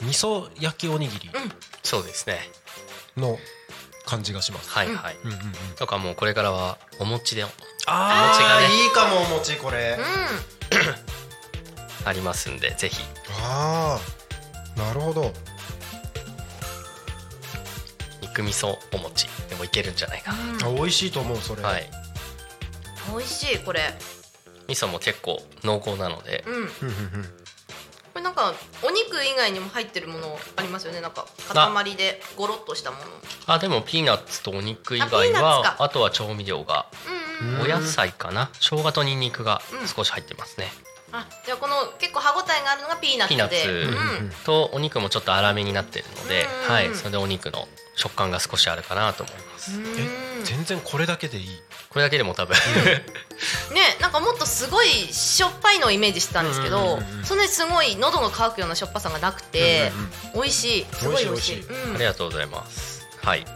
A: 味噌焼きおにぎり
H: そうですね
A: の感じがします、
H: はいはい、
A: うんうんうん
H: とかもうこれからはお餅で
A: あ
H: お餅がね
A: いいかもお餅これ、あ
H: ありますんでぜひ
A: あーなるほど
H: 肉味噌お餅でもいけるんじゃないかな、
A: あ美味しいと思うそれ、
H: はい
E: 美味しいこれ
H: 味噌も結構濃厚なので、
E: うんこ
A: うんうんうん
E: れなんかお肉以外にも入ってるものありますよねなんか塊でゴロっとしたもの
H: あでもピーナッツとお肉以
E: あピ
H: 外
E: ーナッツ
H: は
E: か
H: あとは調味料が
E: うんうん
A: うん
H: お野菜かな生姜とニンニクが少し入ってますね、
E: あじゃあこの結構歯ごたえがあるのがピーナッツ
H: ピーナッ
E: で
H: ツ
E: うんうん
H: とお肉もちょっと粗めになってるので、
E: うん
H: はい、それでお肉の食感が少しあるかなと思います、
A: え全然これだけでいい
H: これだけでも多分
E: ねなんかもっとすごいしょっぱいのをイメージしてたんですけ
A: う
E: ど
A: んうんうんうん
E: そんなにすごい喉が渇くようなしょっぱさがなくて
A: うんうん
E: 美味しいすごい美味し
A: 美
E: い
A: 味
E: うん
H: ありがとうございますはい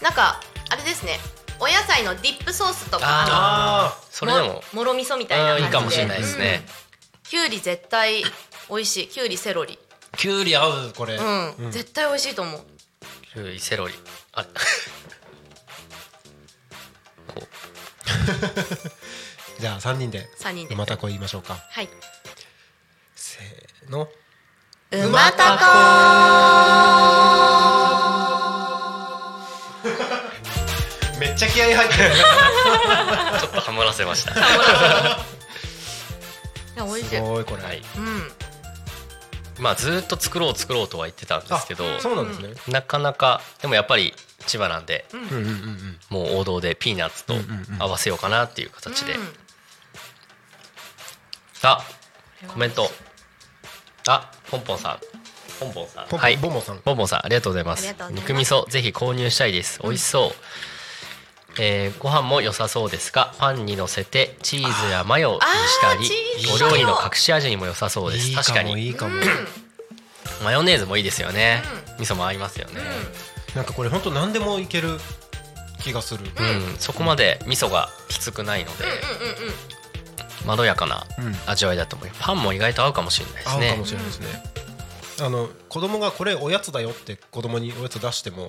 E: なんかあれですねお野菜のディップソースとか
H: あ
A: あ
H: それでも
E: もろみそみたいな感じ
H: あーい
E: で
H: いかもしれないですね、
E: きゅうり絶対美味しいきゅうりセロリ
A: ーきゅうり合うこれ、
E: うん、
A: うん
E: 絶対美味しいと思う
H: きゅうりセロリあ れこう
A: じゃあ三人で
E: 三人で
A: またこう言いましょうか
E: はいう
A: せーの
E: うまたこ
A: めっちゃ気合い入ってる
H: ちょっとハモらせました
E: いや美味しい
A: すごいこれ、
H: はい
E: うん
H: まあずーっと作ろう作ろうとは言ってたんですけど
A: あそうなんですね、
H: なかなかでもやっぱり千葉なんで、
A: うんうんうんうん
H: もう王道でピーナッツと合わせようかなっていう形で、
E: うん
H: さあコメントあポンポンさんポンポンさん
A: ポンポンボンボンさん
H: ボンボンさんありがとうございます
E: ありがとうございます
H: 肉味噌ぜひ購入したいです美味しそう、えーご飯も良さそうですがパンにのせてチーズやマヨにしたり
E: あー
H: お料理の隠し味にも良さそうです
A: いい
H: 確
A: か
H: か
A: も
H: に
A: いいかも、
H: マヨネーズもいいですよね、味噌も合いますよね、
A: なんかこれ本当何でもいける気がする、
H: うんそこまで味噌がきつくないので、まろやかな
A: うん
H: 味わいだと思うパンも意外と合うかもしれないで
A: 合
H: す
A: う
H: ね
A: かもしれないですね、あの子供がこれおやつだよって子供におやつ出しても、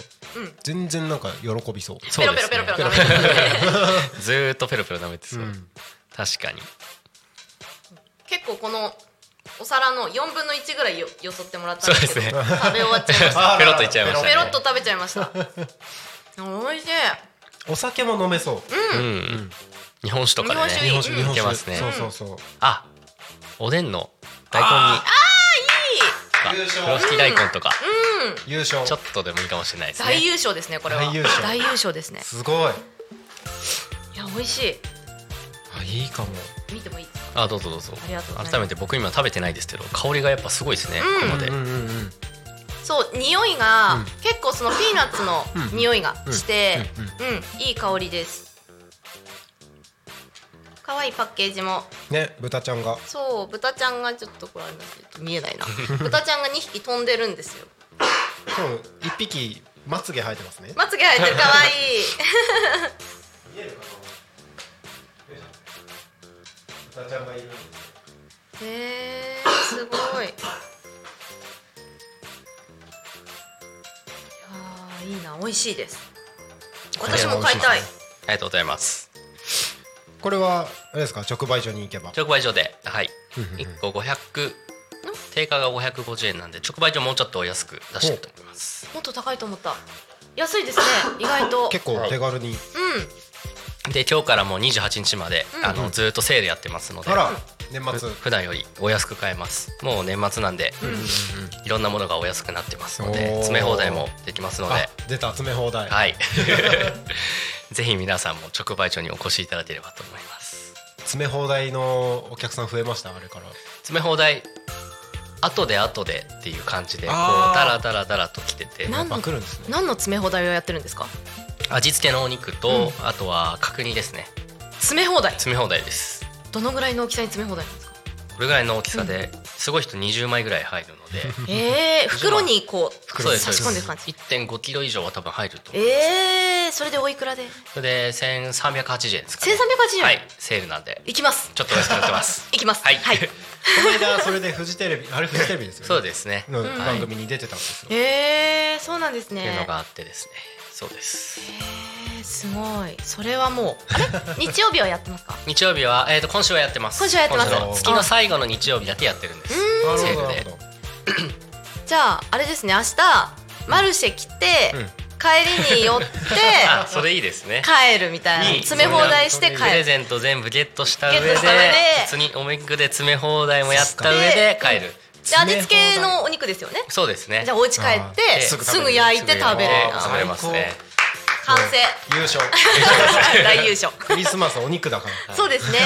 A: 全然なんか喜びそう
H: そうですね
E: ペロペロペロペロ舐めて
H: ずーっとペロペロ舐めてそう、
A: うん
H: 確かに
E: 結構このお皿の4分の1ぐらいよよそってもらったんですけど
H: そうで
E: 食べ終わっちゃいまし
A: あら
H: ペロッといっちゃいま
E: た
H: し
E: ペロッ
H: た
E: と食べちゃいました 美味しい
A: お酒も飲めそう、
H: ねうん日本酒とかで
E: 日
H: ね
E: 本酒
A: 日本
H: いけますね
A: そうそうそう
H: あおでんの大根にああ
A: いい
H: 風呂敷大根とか
A: 優勝
H: ちょっとでもいいかもしれないです
E: 大
H: ね
E: 優勝ですねこれは
A: 大優勝
E: 大優勝ですね
A: すごい
E: いや美味し
A: あいいかも
E: い見てもいいですか
H: あどうぞどうぞ
E: ありがとうございます
H: 改めて僕今食べてないですけど香りがやっぱすごいですねここまで
A: うんうんうん
E: そう匂いが、
A: うん
E: 結構そのピーナッツの
A: うん
E: 匂いがして
A: うんうん
E: うん、いい香りです可愛いパッケージも
A: ね豚ちゃんが
E: そう豚ちゃんがちょっとこれあれなんですけど見 えないな豚ちゃんが2匹飛んでるんですよ
A: 今日一匹まつげ生えてますね
E: まつげ生えてる可愛い
A: ダジャンがいる
E: へーすごい。いやーいいな美味しいです。私も買いたい。
H: ありがとうございます
A: これはあれですか直売所に行けば
H: 直売所ではい
A: うんうんうん
H: 1個500定価が550円なんで直売所もうちょっとお安く出してると思います
B: もっと高いと思った安いですね意外と
A: 結構手軽に
H: で今日からもう28日まで、あのずーっとセールやってますので
A: あら年
H: ふ
A: 末
H: 普段よりお安く買えますもう年末なんで、いろんなものがお安くなってますの
A: お
H: で
A: ー
H: 詰め放題もできますの
A: あ
H: で
A: 出た集め放題
H: はい ぜひ皆さんも直売所にお越しいただければと思います
A: 詰め放題のお客さん増えましたあれから
H: 詰め放題後で後でっていう感じでこう
A: あー
H: ダラダラダラと来てて
B: 何
A: あ
B: の
A: 来るん ですね
B: 何の詰め放題をやってるんですか
H: 味付けのお肉と、あとは角煮ですね
B: 詰め放題
H: 詰め放題です
B: どのぐらいの大きさに詰め放題なんですか
H: これぐらいの大きさで、すごい人20枚ぐらい入るの で
B: ええ袋にこう
H: そうです
B: 差し込んでいく
H: そう
B: 感
H: で
B: じ
H: す1.5キロ以上は多分入ると思う
B: ええそれでおいくらで
H: それで1380円ですか、
B: 1380
H: ね、
B: 円、
H: はいセールなんで
B: いきます
H: ちょっとお安くなってます
B: いきます
H: はい、
A: この間それでフジテレビあれフジテレビですよね
H: そうですね、
A: の
H: はい
A: 番組に出てたんですよ
B: ええそうなんです
H: っていうの
B: ね
H: があってですねそうです
B: えーすごいそれはもうあれ 日曜日はやってますか
H: 日曜日は、えー、と今週はやってます
B: 今週はやってます
H: 今週の月の最後の日曜日だけやってるんです
A: な
H: セ
A: る
H: ー
A: ほどな
H: ル
A: る
H: で
A: ほど
B: じゃああれですね明日マルシェ来て、
A: うん
B: 帰りに寄って
H: あそれいいですね
B: 帰るみたいない
H: い
B: 詰め放題して
H: プレ
B: 帰る
H: ゼント全部ゲットした上で
B: ゲットした上で
H: 普通におめくで詰め放題もやった上
B: そ
H: で
B: うか
H: 帰る
B: で味付けのお肉ですよね
H: そうですね
B: じゃあお家帰
A: あ
B: っ
H: ー
B: て
H: す
B: す
H: ぐ
B: ぐ
A: 食べれる
B: 焼いて食べれる
H: あー食べれますね
B: 完 成
A: 優勝
B: 大優勝
A: クリスマスお肉だ から
B: そうですね、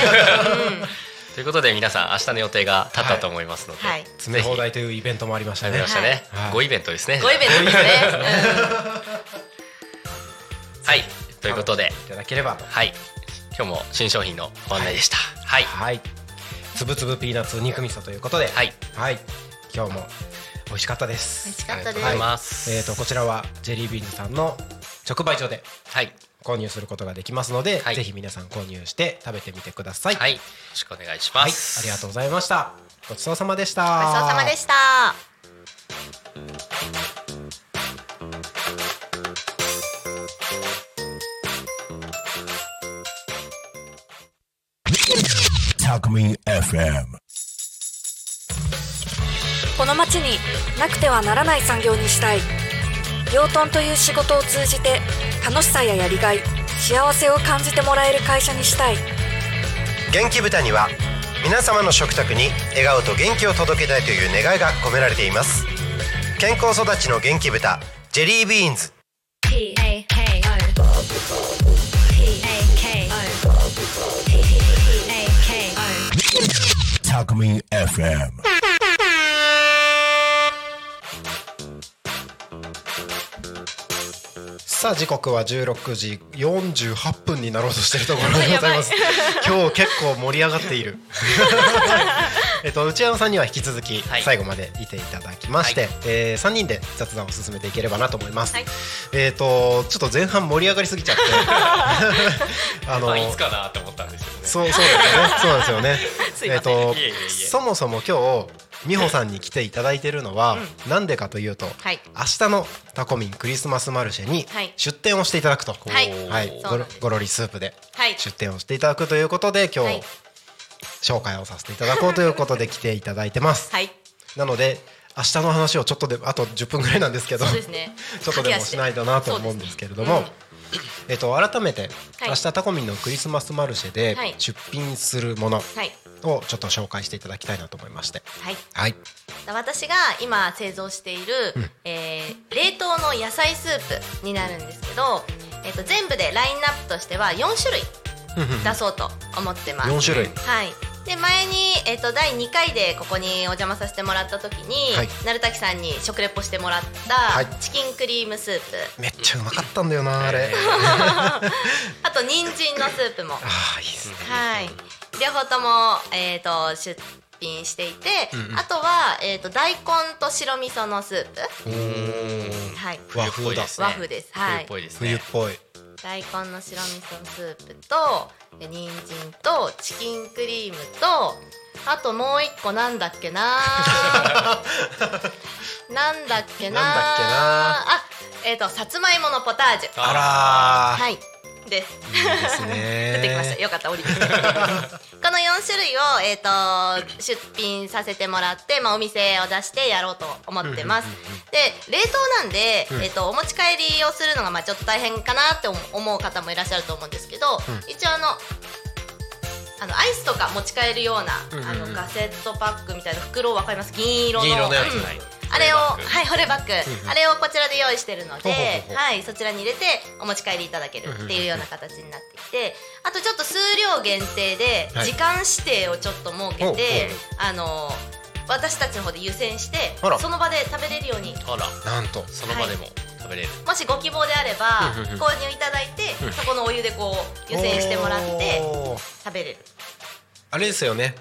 B: うん
H: ということで皆さん明日の予定が立ったと思いますので、
B: はい
A: 詰め放題というイベントもありました
H: あ
A: ね
H: りましたね、
A: はい
H: ごイベントですね
B: ごイベントですね、
H: はいということで
A: いただければと
H: はい今日も新商品のご案内でしたはい
A: はいつぶつぶピーナッツ肉味噌ということでは、
H: はいい
A: 今日も美味しかったです
E: 美味しかった
H: ありがと
E: で
H: う
E: す。
H: ございます
A: えー、とこちらはジェリービーンズさんの直売所で
H: はい
A: 購入することができますので、
H: はい
A: ぜひ皆さん購入して食べてみてください。、
H: はいいよろしくお願いします、
A: ありがとうございました。ごちそうさまでした。
E: ごちそうさまでした。
D: Talk Me FM.
F: この町になくてはならない産業にしたい養豚という仕事を通じて楽しさややりがい幸せを感じてもらえる会社にしたい
I: 元気豚には皆様の食卓に笑顔と元気を届けたいという願いが込められています健康育ちの元気豚ジェリービーンズ
G: P A K O. P A K O. P A K O.
D: Talk Me FM.
A: さあ時刻は16時48分になろうとしているところでござい ます。今日結構盛り上がっている。えっと内山さんには引き続き
H: はい
A: 最後までいていただきまして、
H: はい
A: え3人で雑談を進めていければなと思います。
B: はい
A: えっ、とちょっと前半盛り上がりすぎちゃって、 あ
H: まあいつかなと思ったんですよね
A: そうそうですよね。そう なんですよ
B: すい
A: ね。
B: ません
A: っと
H: いえいえいえ
A: そもそも今日美穂さんに来ていただいているのはなんでかというと、
E: はい
A: 明日のタコミンクリスマスマルシェに
E: はい
A: 出店をしていただくと。
E: はい
A: はい。
E: そ
A: ゴ
E: うな
A: ロ
E: んです
A: ゴロリスープで
E: はい。
A: 出店をしていただくということで今
E: は
A: 日
E: い
A: 紹介をさせていただこうということで来ていただいてます。
E: はい。
A: なので。明日の話をちょっとであと10分ぐらいなんですけど。
E: そうですね
A: ちょっとでもしないとなと思うんですけれども、
E: そうですね
A: えっと改めて、
E: はい
A: 明日タコミンのクリスマスマルシェで
E: はい
A: 出品するもの
E: うんはい。
A: をちょっと紹介していただきたいなと思いまして、
E: はい。
A: はい、
E: 私が今製造している、えー冷凍の野菜スープになるんですけど、えっと全部でラインナップとしては4種類出そうと思ってます。
A: 四種類
E: はい。で前に、えっと第2回でここにお邪魔させてもらった時に、
A: はい
E: 鳴滝さんに食レポしてもらっ
A: は
E: た
A: い
E: チキンクリームスープ、
A: めっちゃうまかったんだよなあれ。
E: あと人参のスープも
A: ああいいですね。
E: はい、両方とも、えー、と出品していて、
A: うんうん
E: あとは、えー、と大根と白味噌のスープ、
H: うーん
E: はい、
A: 和風だ
H: ですね
E: 和風です。は
H: 冬っ
E: い、
H: ぽいです
A: 冬っ
H: ね
A: ぽい。
E: 大根の白味噌スープとで人参とチキンクリームとあともう一個なんだっけな なんだっけな
A: なんだっけな
E: あえっ、とさつまいものポタージュ
A: あらー
E: はいです
A: いいですね
E: 出てきましたよかった降りてきてこの4種類を、えー、と出品させてもらって、まあ、お店を出してやろうと思ってますで冷凍なんで、えー、とお持ち帰りをするのがまあちょっと大変かなって思思う方もいらっしゃると思うんですけど、一応あのあのアイスとか持ち帰るような、
A: うんうんうん
E: あのガセットパックみたいな袋わかります銀色の
H: 銀色のやつ
E: うん
H: ない、
E: あれを
H: バッグ
E: はい保冷バッグ、あれをこちらで用意してるので
A: ほうほうほう
E: はいそちらに入れてお持ち帰りいただけるっていうような形になっていてあとちょっと数量限定で
A: はい
E: 時間指定をちょっと設けて、
A: ほうほう
E: あの私たちの方で湯煎して
A: あら
E: その場で食べれるように
H: あら
A: なんと
H: その場でも食べれる、
E: もしご希望であれば
A: うんうんうん
E: 購入いただいてそこのお湯でこう湯煎してもらって
A: おー
E: 食べれる
A: あれですよね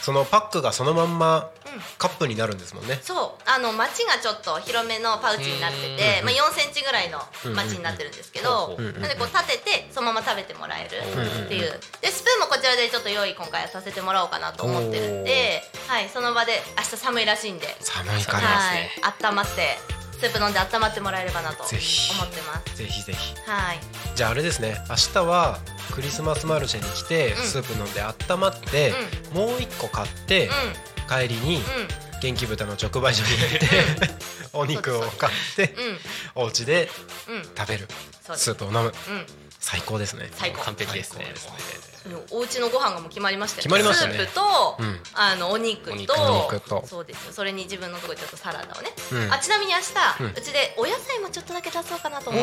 A: そのパックがそのまんま
E: うん
A: カップになるんですもんね
E: そうあの町がちょっと広めのパウチになってて、
A: うん
E: まあ、4センチぐらいの町になってるんですけど、
H: うん
A: うんうん
E: なのでこう立ててそのまま食べてもらえる
A: うん
E: っていう、でスプーンもこちらでちょっと用意今回はさせてもらおうかなと思ってるんで、はい、その場で明日寒いらしいんで、
A: 寒いから
H: ます
E: は
H: ね
E: い、温まってスープ飲んで温まってもらえればなと思って
A: ぜ
E: ま
A: ひ
E: す。
A: ぜひぜひ
E: はい、
A: じゃああれですね明日はクリスマスマルシェに来て、
E: うん
A: スープ飲んで温まって、もう一個買って、
E: う
A: 帰りに
E: ん、うん、
A: 元気豚の直売所に行ってお肉を買ってお家で
E: うん、うん、
A: 食べる
E: そうです
A: スープを飲む
E: うん。
A: 最高ですね
E: 最高
H: 完璧ですね
A: 最高
H: も
E: お
H: う
E: 家のご飯がもう決まりましたよ
A: 決まりましたね
E: スープと、
A: うん
E: あのお肉と
H: お肉お
A: 肉と
E: そうですよそれに自分のところちょっとサラダをね、
A: うん
E: あちなみに明日、
A: う
E: うんちでお野菜もちょっとだけ出そうかなと思っ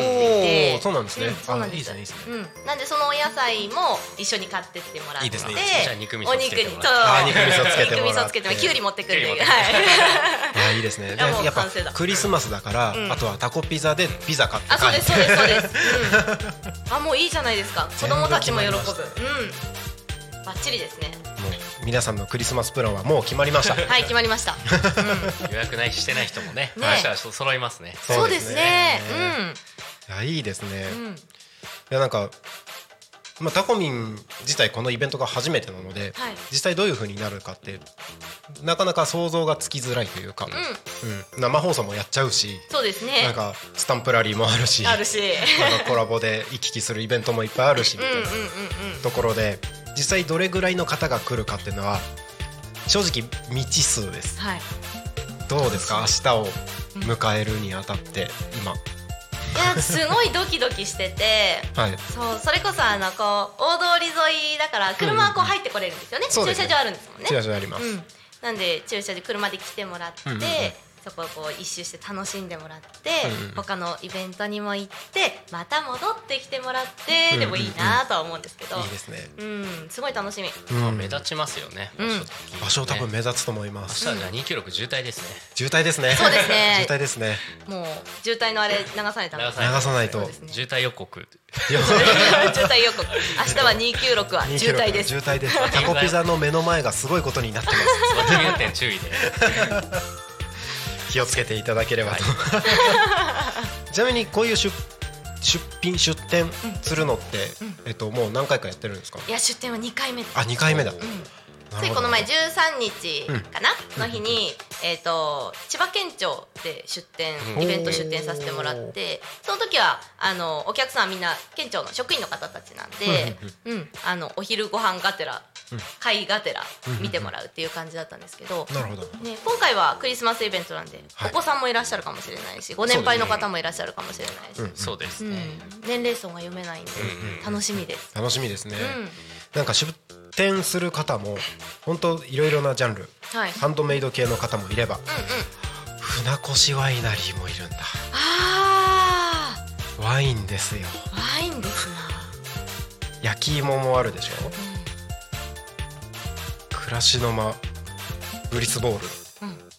A: お
E: ていて
A: おーそうなんですね、
E: うんそう
A: あ
E: なん
A: いい
E: で
A: ですすねいいですね
E: うん、なんでそのお野菜も一緒に買ってってもらって
A: いいですねいい
H: ですねじゃあ肉味噌
E: お
H: つ
E: 肉
H: けて
E: に
H: も
E: そう
H: ら
A: ってあ肉味噌つけてもらって
E: 肉味噌つけてもらってきゅうり持ってくるっていう
H: きゅうり持って
E: は
A: い
E: い
A: やいいですね
E: いやもう
A: やっぱ
E: 完成だ
A: クリスマスだから、
E: うん
A: あとはタコピザでピザ買って帰
E: あそう
A: る
E: ですそうですそうです、うん、あもういいじゃないですか子供たちも喜ぶうん
A: 全部決ま
E: バッチリですね
A: もう皆さんのクリスマスプランはもう決まりました
E: はい決まりました、うん
H: 予約ないしてない人もね
E: ね
H: 明日はそ揃いますね
E: そうですね。
A: いやいいですね、い
E: うん。うん。
A: やなんかまあ、タコミン自体このイベントが初めてなので、
E: はい
A: 実際どういう風になるかってなかなか想像がつきづらいというか、うん生放送もやっちゃうし
E: そうですね。
A: なんかスタンプラリーもあるし
E: あるし。
A: なんかコラボで行き来するイベントもいっぱいあるしみ
E: うん
A: た
E: うん
A: い
E: うん
A: なところで実際どれぐらいの方が来るかっていうのは正直未知数です
E: うん。はい。
A: どうですか明日を迎えるにあたって今
E: いやすごいドキドキしてて。
A: はい
E: そうそれこそあのこう大通り沿いだから車はこう入ってこれるんですよね。
A: そうですね
E: 駐車場あるんですもんね
A: チ。ラシありま
E: う
A: す、
E: ん。なんで駐車場車で来てもらって。
A: うんうんうん
E: そこをこう一周して楽しんでもらって、
A: うんうん
E: 他のイベントにも行ってまた戻ってきてもらってでもいいなとは思うんですけど、
A: いいですね、
E: うんすごい楽しみ
A: うん
H: 目立ちますよね、
E: うん
H: 場所的にね
A: 場所多分目立つと思います、
H: 明日は296渋滞ですね
A: 渋滞ですね
E: そうですね
A: 渋滞ですね
E: もう渋滞のあれ流さないため
H: 流
A: 流さないと
E: ですね
H: 渋滞予告
E: 渋滞予告明日は296は渋滞です
A: 渋滞ですタコピザの目の前がすごいことになってま
H: 運転注意で
A: す気をつけていただければと、 ちなみにこういう出出品出店するのって、えっともう何回かやってるんですか
E: いや出店は2回目
A: あ二回目だ、なるほ
E: つい
A: ど
E: この前13日かな、の日に、えー、と千葉県庁で出店、
H: うん
E: イベント出店させてもらってその時はあのお客さんはみんな県庁の職員の方たちなんで、うんあのお昼ご飯がてら会がてら見てもらうっていう感じだったんですけど、
A: なるほど
E: ね、今回はクリスマスイベントなんで、
A: はい
E: お子さんもいらっしゃるかもしれないしご年配の方もいらっしゃるかもしれないし、
H: そうです
E: うん
H: ね、
E: 年齢層が読めないんで楽しみです。
A: 楽しみですね、
E: うん
A: なんか出店する方も本当いろいろなジャンル
E: はい。
A: ハンドメイド系の方もいれば
E: うんうん。
A: 船越ワイナリーもいるんだ
E: あ
A: ワインですよ
E: あ、ワインですな。
A: 焼き芋もあるでしょ暮らしの間ブリスボール、
E: うん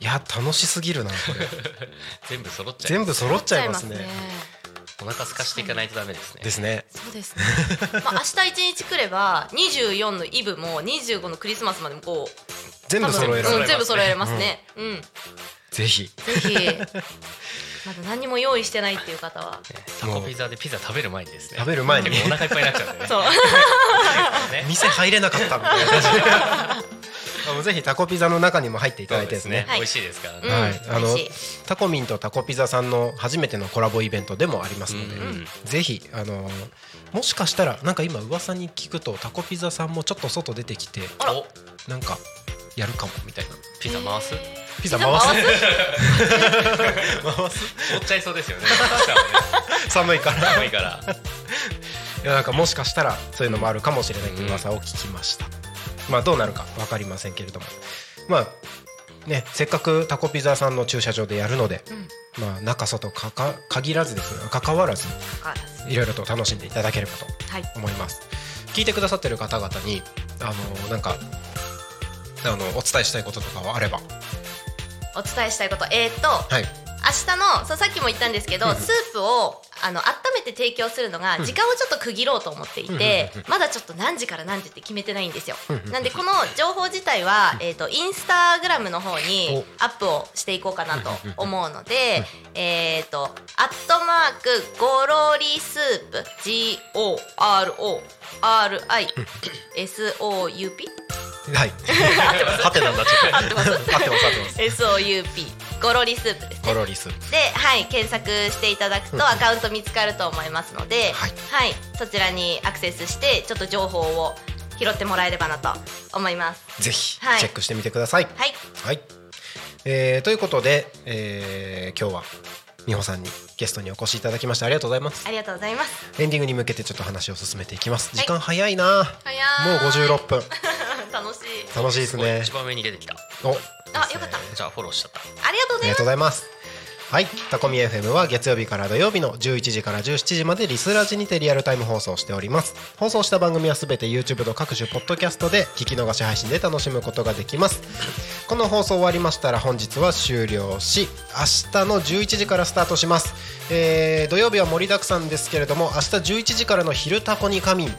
A: いや楽しすぎるなこ れ
H: 全部揃っちゃい
A: 全部揃っちゃいますね
E: ちゃい
H: お腹空かしていかないとダメですね
A: ですね
E: そうですね。まあ明日一日来れば24のイブも25のクリスマスまでもこう
A: 全部揃えられ
E: 多
A: る、
E: 分うん全部揃えられますね。うん。
A: ぜひ
E: ぜひ
B: まだ何も用意してないってい う方は
H: ねタコピザでピザ食べる前にですね
A: 食べる前に
H: 結構お腹いっぱいになっちゃうんでね
B: そう
H: ね
A: 店入れなかったみたいな感じであのぜひタコピザの中にも入っていただいてですね
H: 美味しいですからね、
A: はい、あの
B: 美味しい
A: タコミンとタコピザさんの初めてのコラボイベントでもありますので、
H: うんうん
A: ぜひあのもしかしたらなんか今噂に聞くとタコピザさんもちょっと外出てきて
H: お
A: なんかやるかもみたいな
H: ピザ回す
A: ピザ回す
B: 回す
H: 持っちゃいそうですよね
A: 寒いから
H: 寒いから
A: いやなんかもしかしたらそういうのもあるかもしれないという噂を聞きました、まあどうなるか分かりませんけれどもまあねせっかくタコピザさんの駐車場でやるので、まあ中外かか限らずですね関わらず
B: わか る
A: いろいろと楽しんでいただければと
B: はい
A: 思います、聞いてくださってる方々にあのなんかあのお伝えしたいこととかはあれば
E: お伝えしたいことえー、っと
A: はい
E: 明日のそうさっきも言ったんですけど
A: うんうん
E: スープをあの温めて提供するのが
A: ん
E: 時間をちょっと区切ろうと思ってい
A: うんうん
E: てまだちょっと何時から何時って決めてないんですよ
A: うんうん
E: なんでこの情報自体は、えー、とインスタグラムの方にアップをしていこうかなと思うのでえっと「アットマークゴロリスープ GORORISOUP」
A: はいはてなんだちょっとはてますはてます
E: SOUP ゴロリスープです
A: ゴロリスープ
E: で、はい、検索していただくとアカウント見つかると思いますので、
A: は
E: はいいそちらにアクセスしてちょっと情報を拾ってもらえればなと思います。
A: ぜひチ
E: はい
A: ェックしてみてください、
E: はい、
A: はい、えーということで、えー今日は美穂さんにゲストにお越しいただきましてありがとうございます
E: ありがとうございます。
A: エンディングに向けてちょっと話を進めていきます
E: は
A: 時
E: い
A: 間早いな、
E: 早
A: もう
E: い
A: 56分
E: 楽しい。
A: 楽しいですね
H: 一番上に出てきた
A: お
E: あ、よかった。
H: じゃあフォローしちゃった
E: ありがと
A: あ
E: うござ
A: りが
E: い
A: と
E: ます。
A: うございます。はい、タコミ FM は月曜日から土曜日の11時から17時までリスラジにてリアルタイム放送しております。放送した番組はすべて YouTube と各種ポッドキャストで聞き逃し配信で楽しむことができます。この放送終わりましたら本日は終了し、明日の11時からスタートします。えー土曜日は盛りだくさんですけれども、明日11時からの昼タコに仮眠。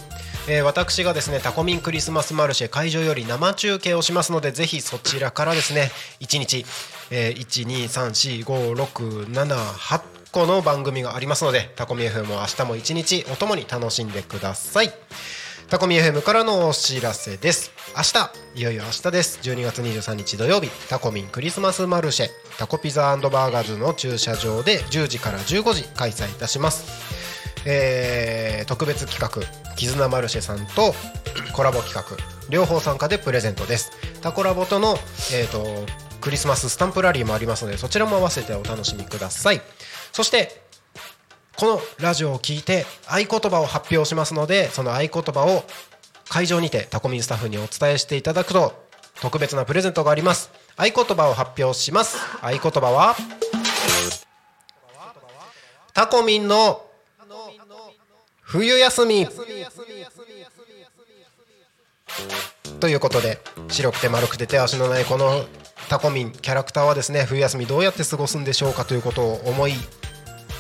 A: えー私がですねタコミンクリスマスマルシェ会場より生中継をしますのでぜひそちらからですね1日、えー、123456778個の番組がありますのでタコミ FM も明日も1日おともに楽しんでくださいタコミ FM からのお知らせです明日いよいよ明日です12月23日土曜日タコミンクリスマスマルシェタコピザバーガーズの駐車場で10時から15時開催いたしますえー特別企画「絆マルシェ」さんとコラボ企画両方参加でプレゼントですタコラボとの、えー、とクリスマススタンプラリーもありますのでそちらも合わせてお楽しみくださいそしてこのラジオを聞いて合言葉を発表しますのでその合言葉を会場にてタコミンスタッフにお伝えしていただくと特別なプレゼントがあります合言葉を発表します合言葉はタコミンの冬休みということで白くて丸くて手足のないこのタコミンキャラクターはですね冬休みどうやって過ごすんでしょうかということを思い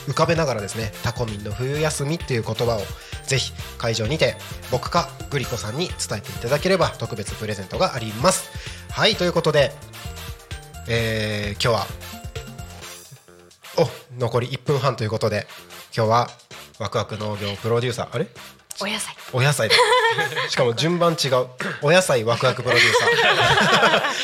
A: 浮かべながらですねタコミンの冬休みっていう言葉をぜひ会場にて僕かグリコさんに伝えていただければ特別プレゼントがありますはいということで、えー今日はお残り1分半ということで今日はワクワク農業プロデューサーあれ
B: お野菜
A: お野菜だしかも順番違うお野菜ワクワクプロデューサ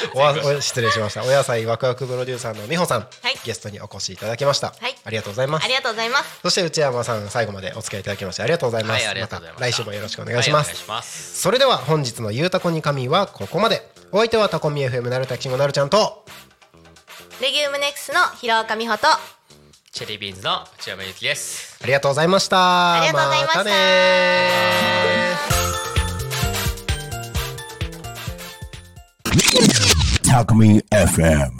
A: ーおわお失礼しましたお野菜ワクワクプロデューサーの美穂さん、
E: はい
A: ゲストにお越しいただきました、
E: はい
A: ありがとうございま
E: あ
A: す
E: りがとうございます。
A: そして内山さん最後までお付き合いいただきましてありがとうございます、
H: はいありがとうございました
A: 来週もよろしくお願いします、
H: はいお願いします
A: それでは本日の「ゆうたこに神」はここまでお相手はタコミ FM なるたきしんごなるちゃんと
E: レギウムネックスの広岡美穂と
H: チェリービーンズの内山由紀です
A: ありがとうございました
E: ありがとうございました
A: たねー
D: Talk Me FM.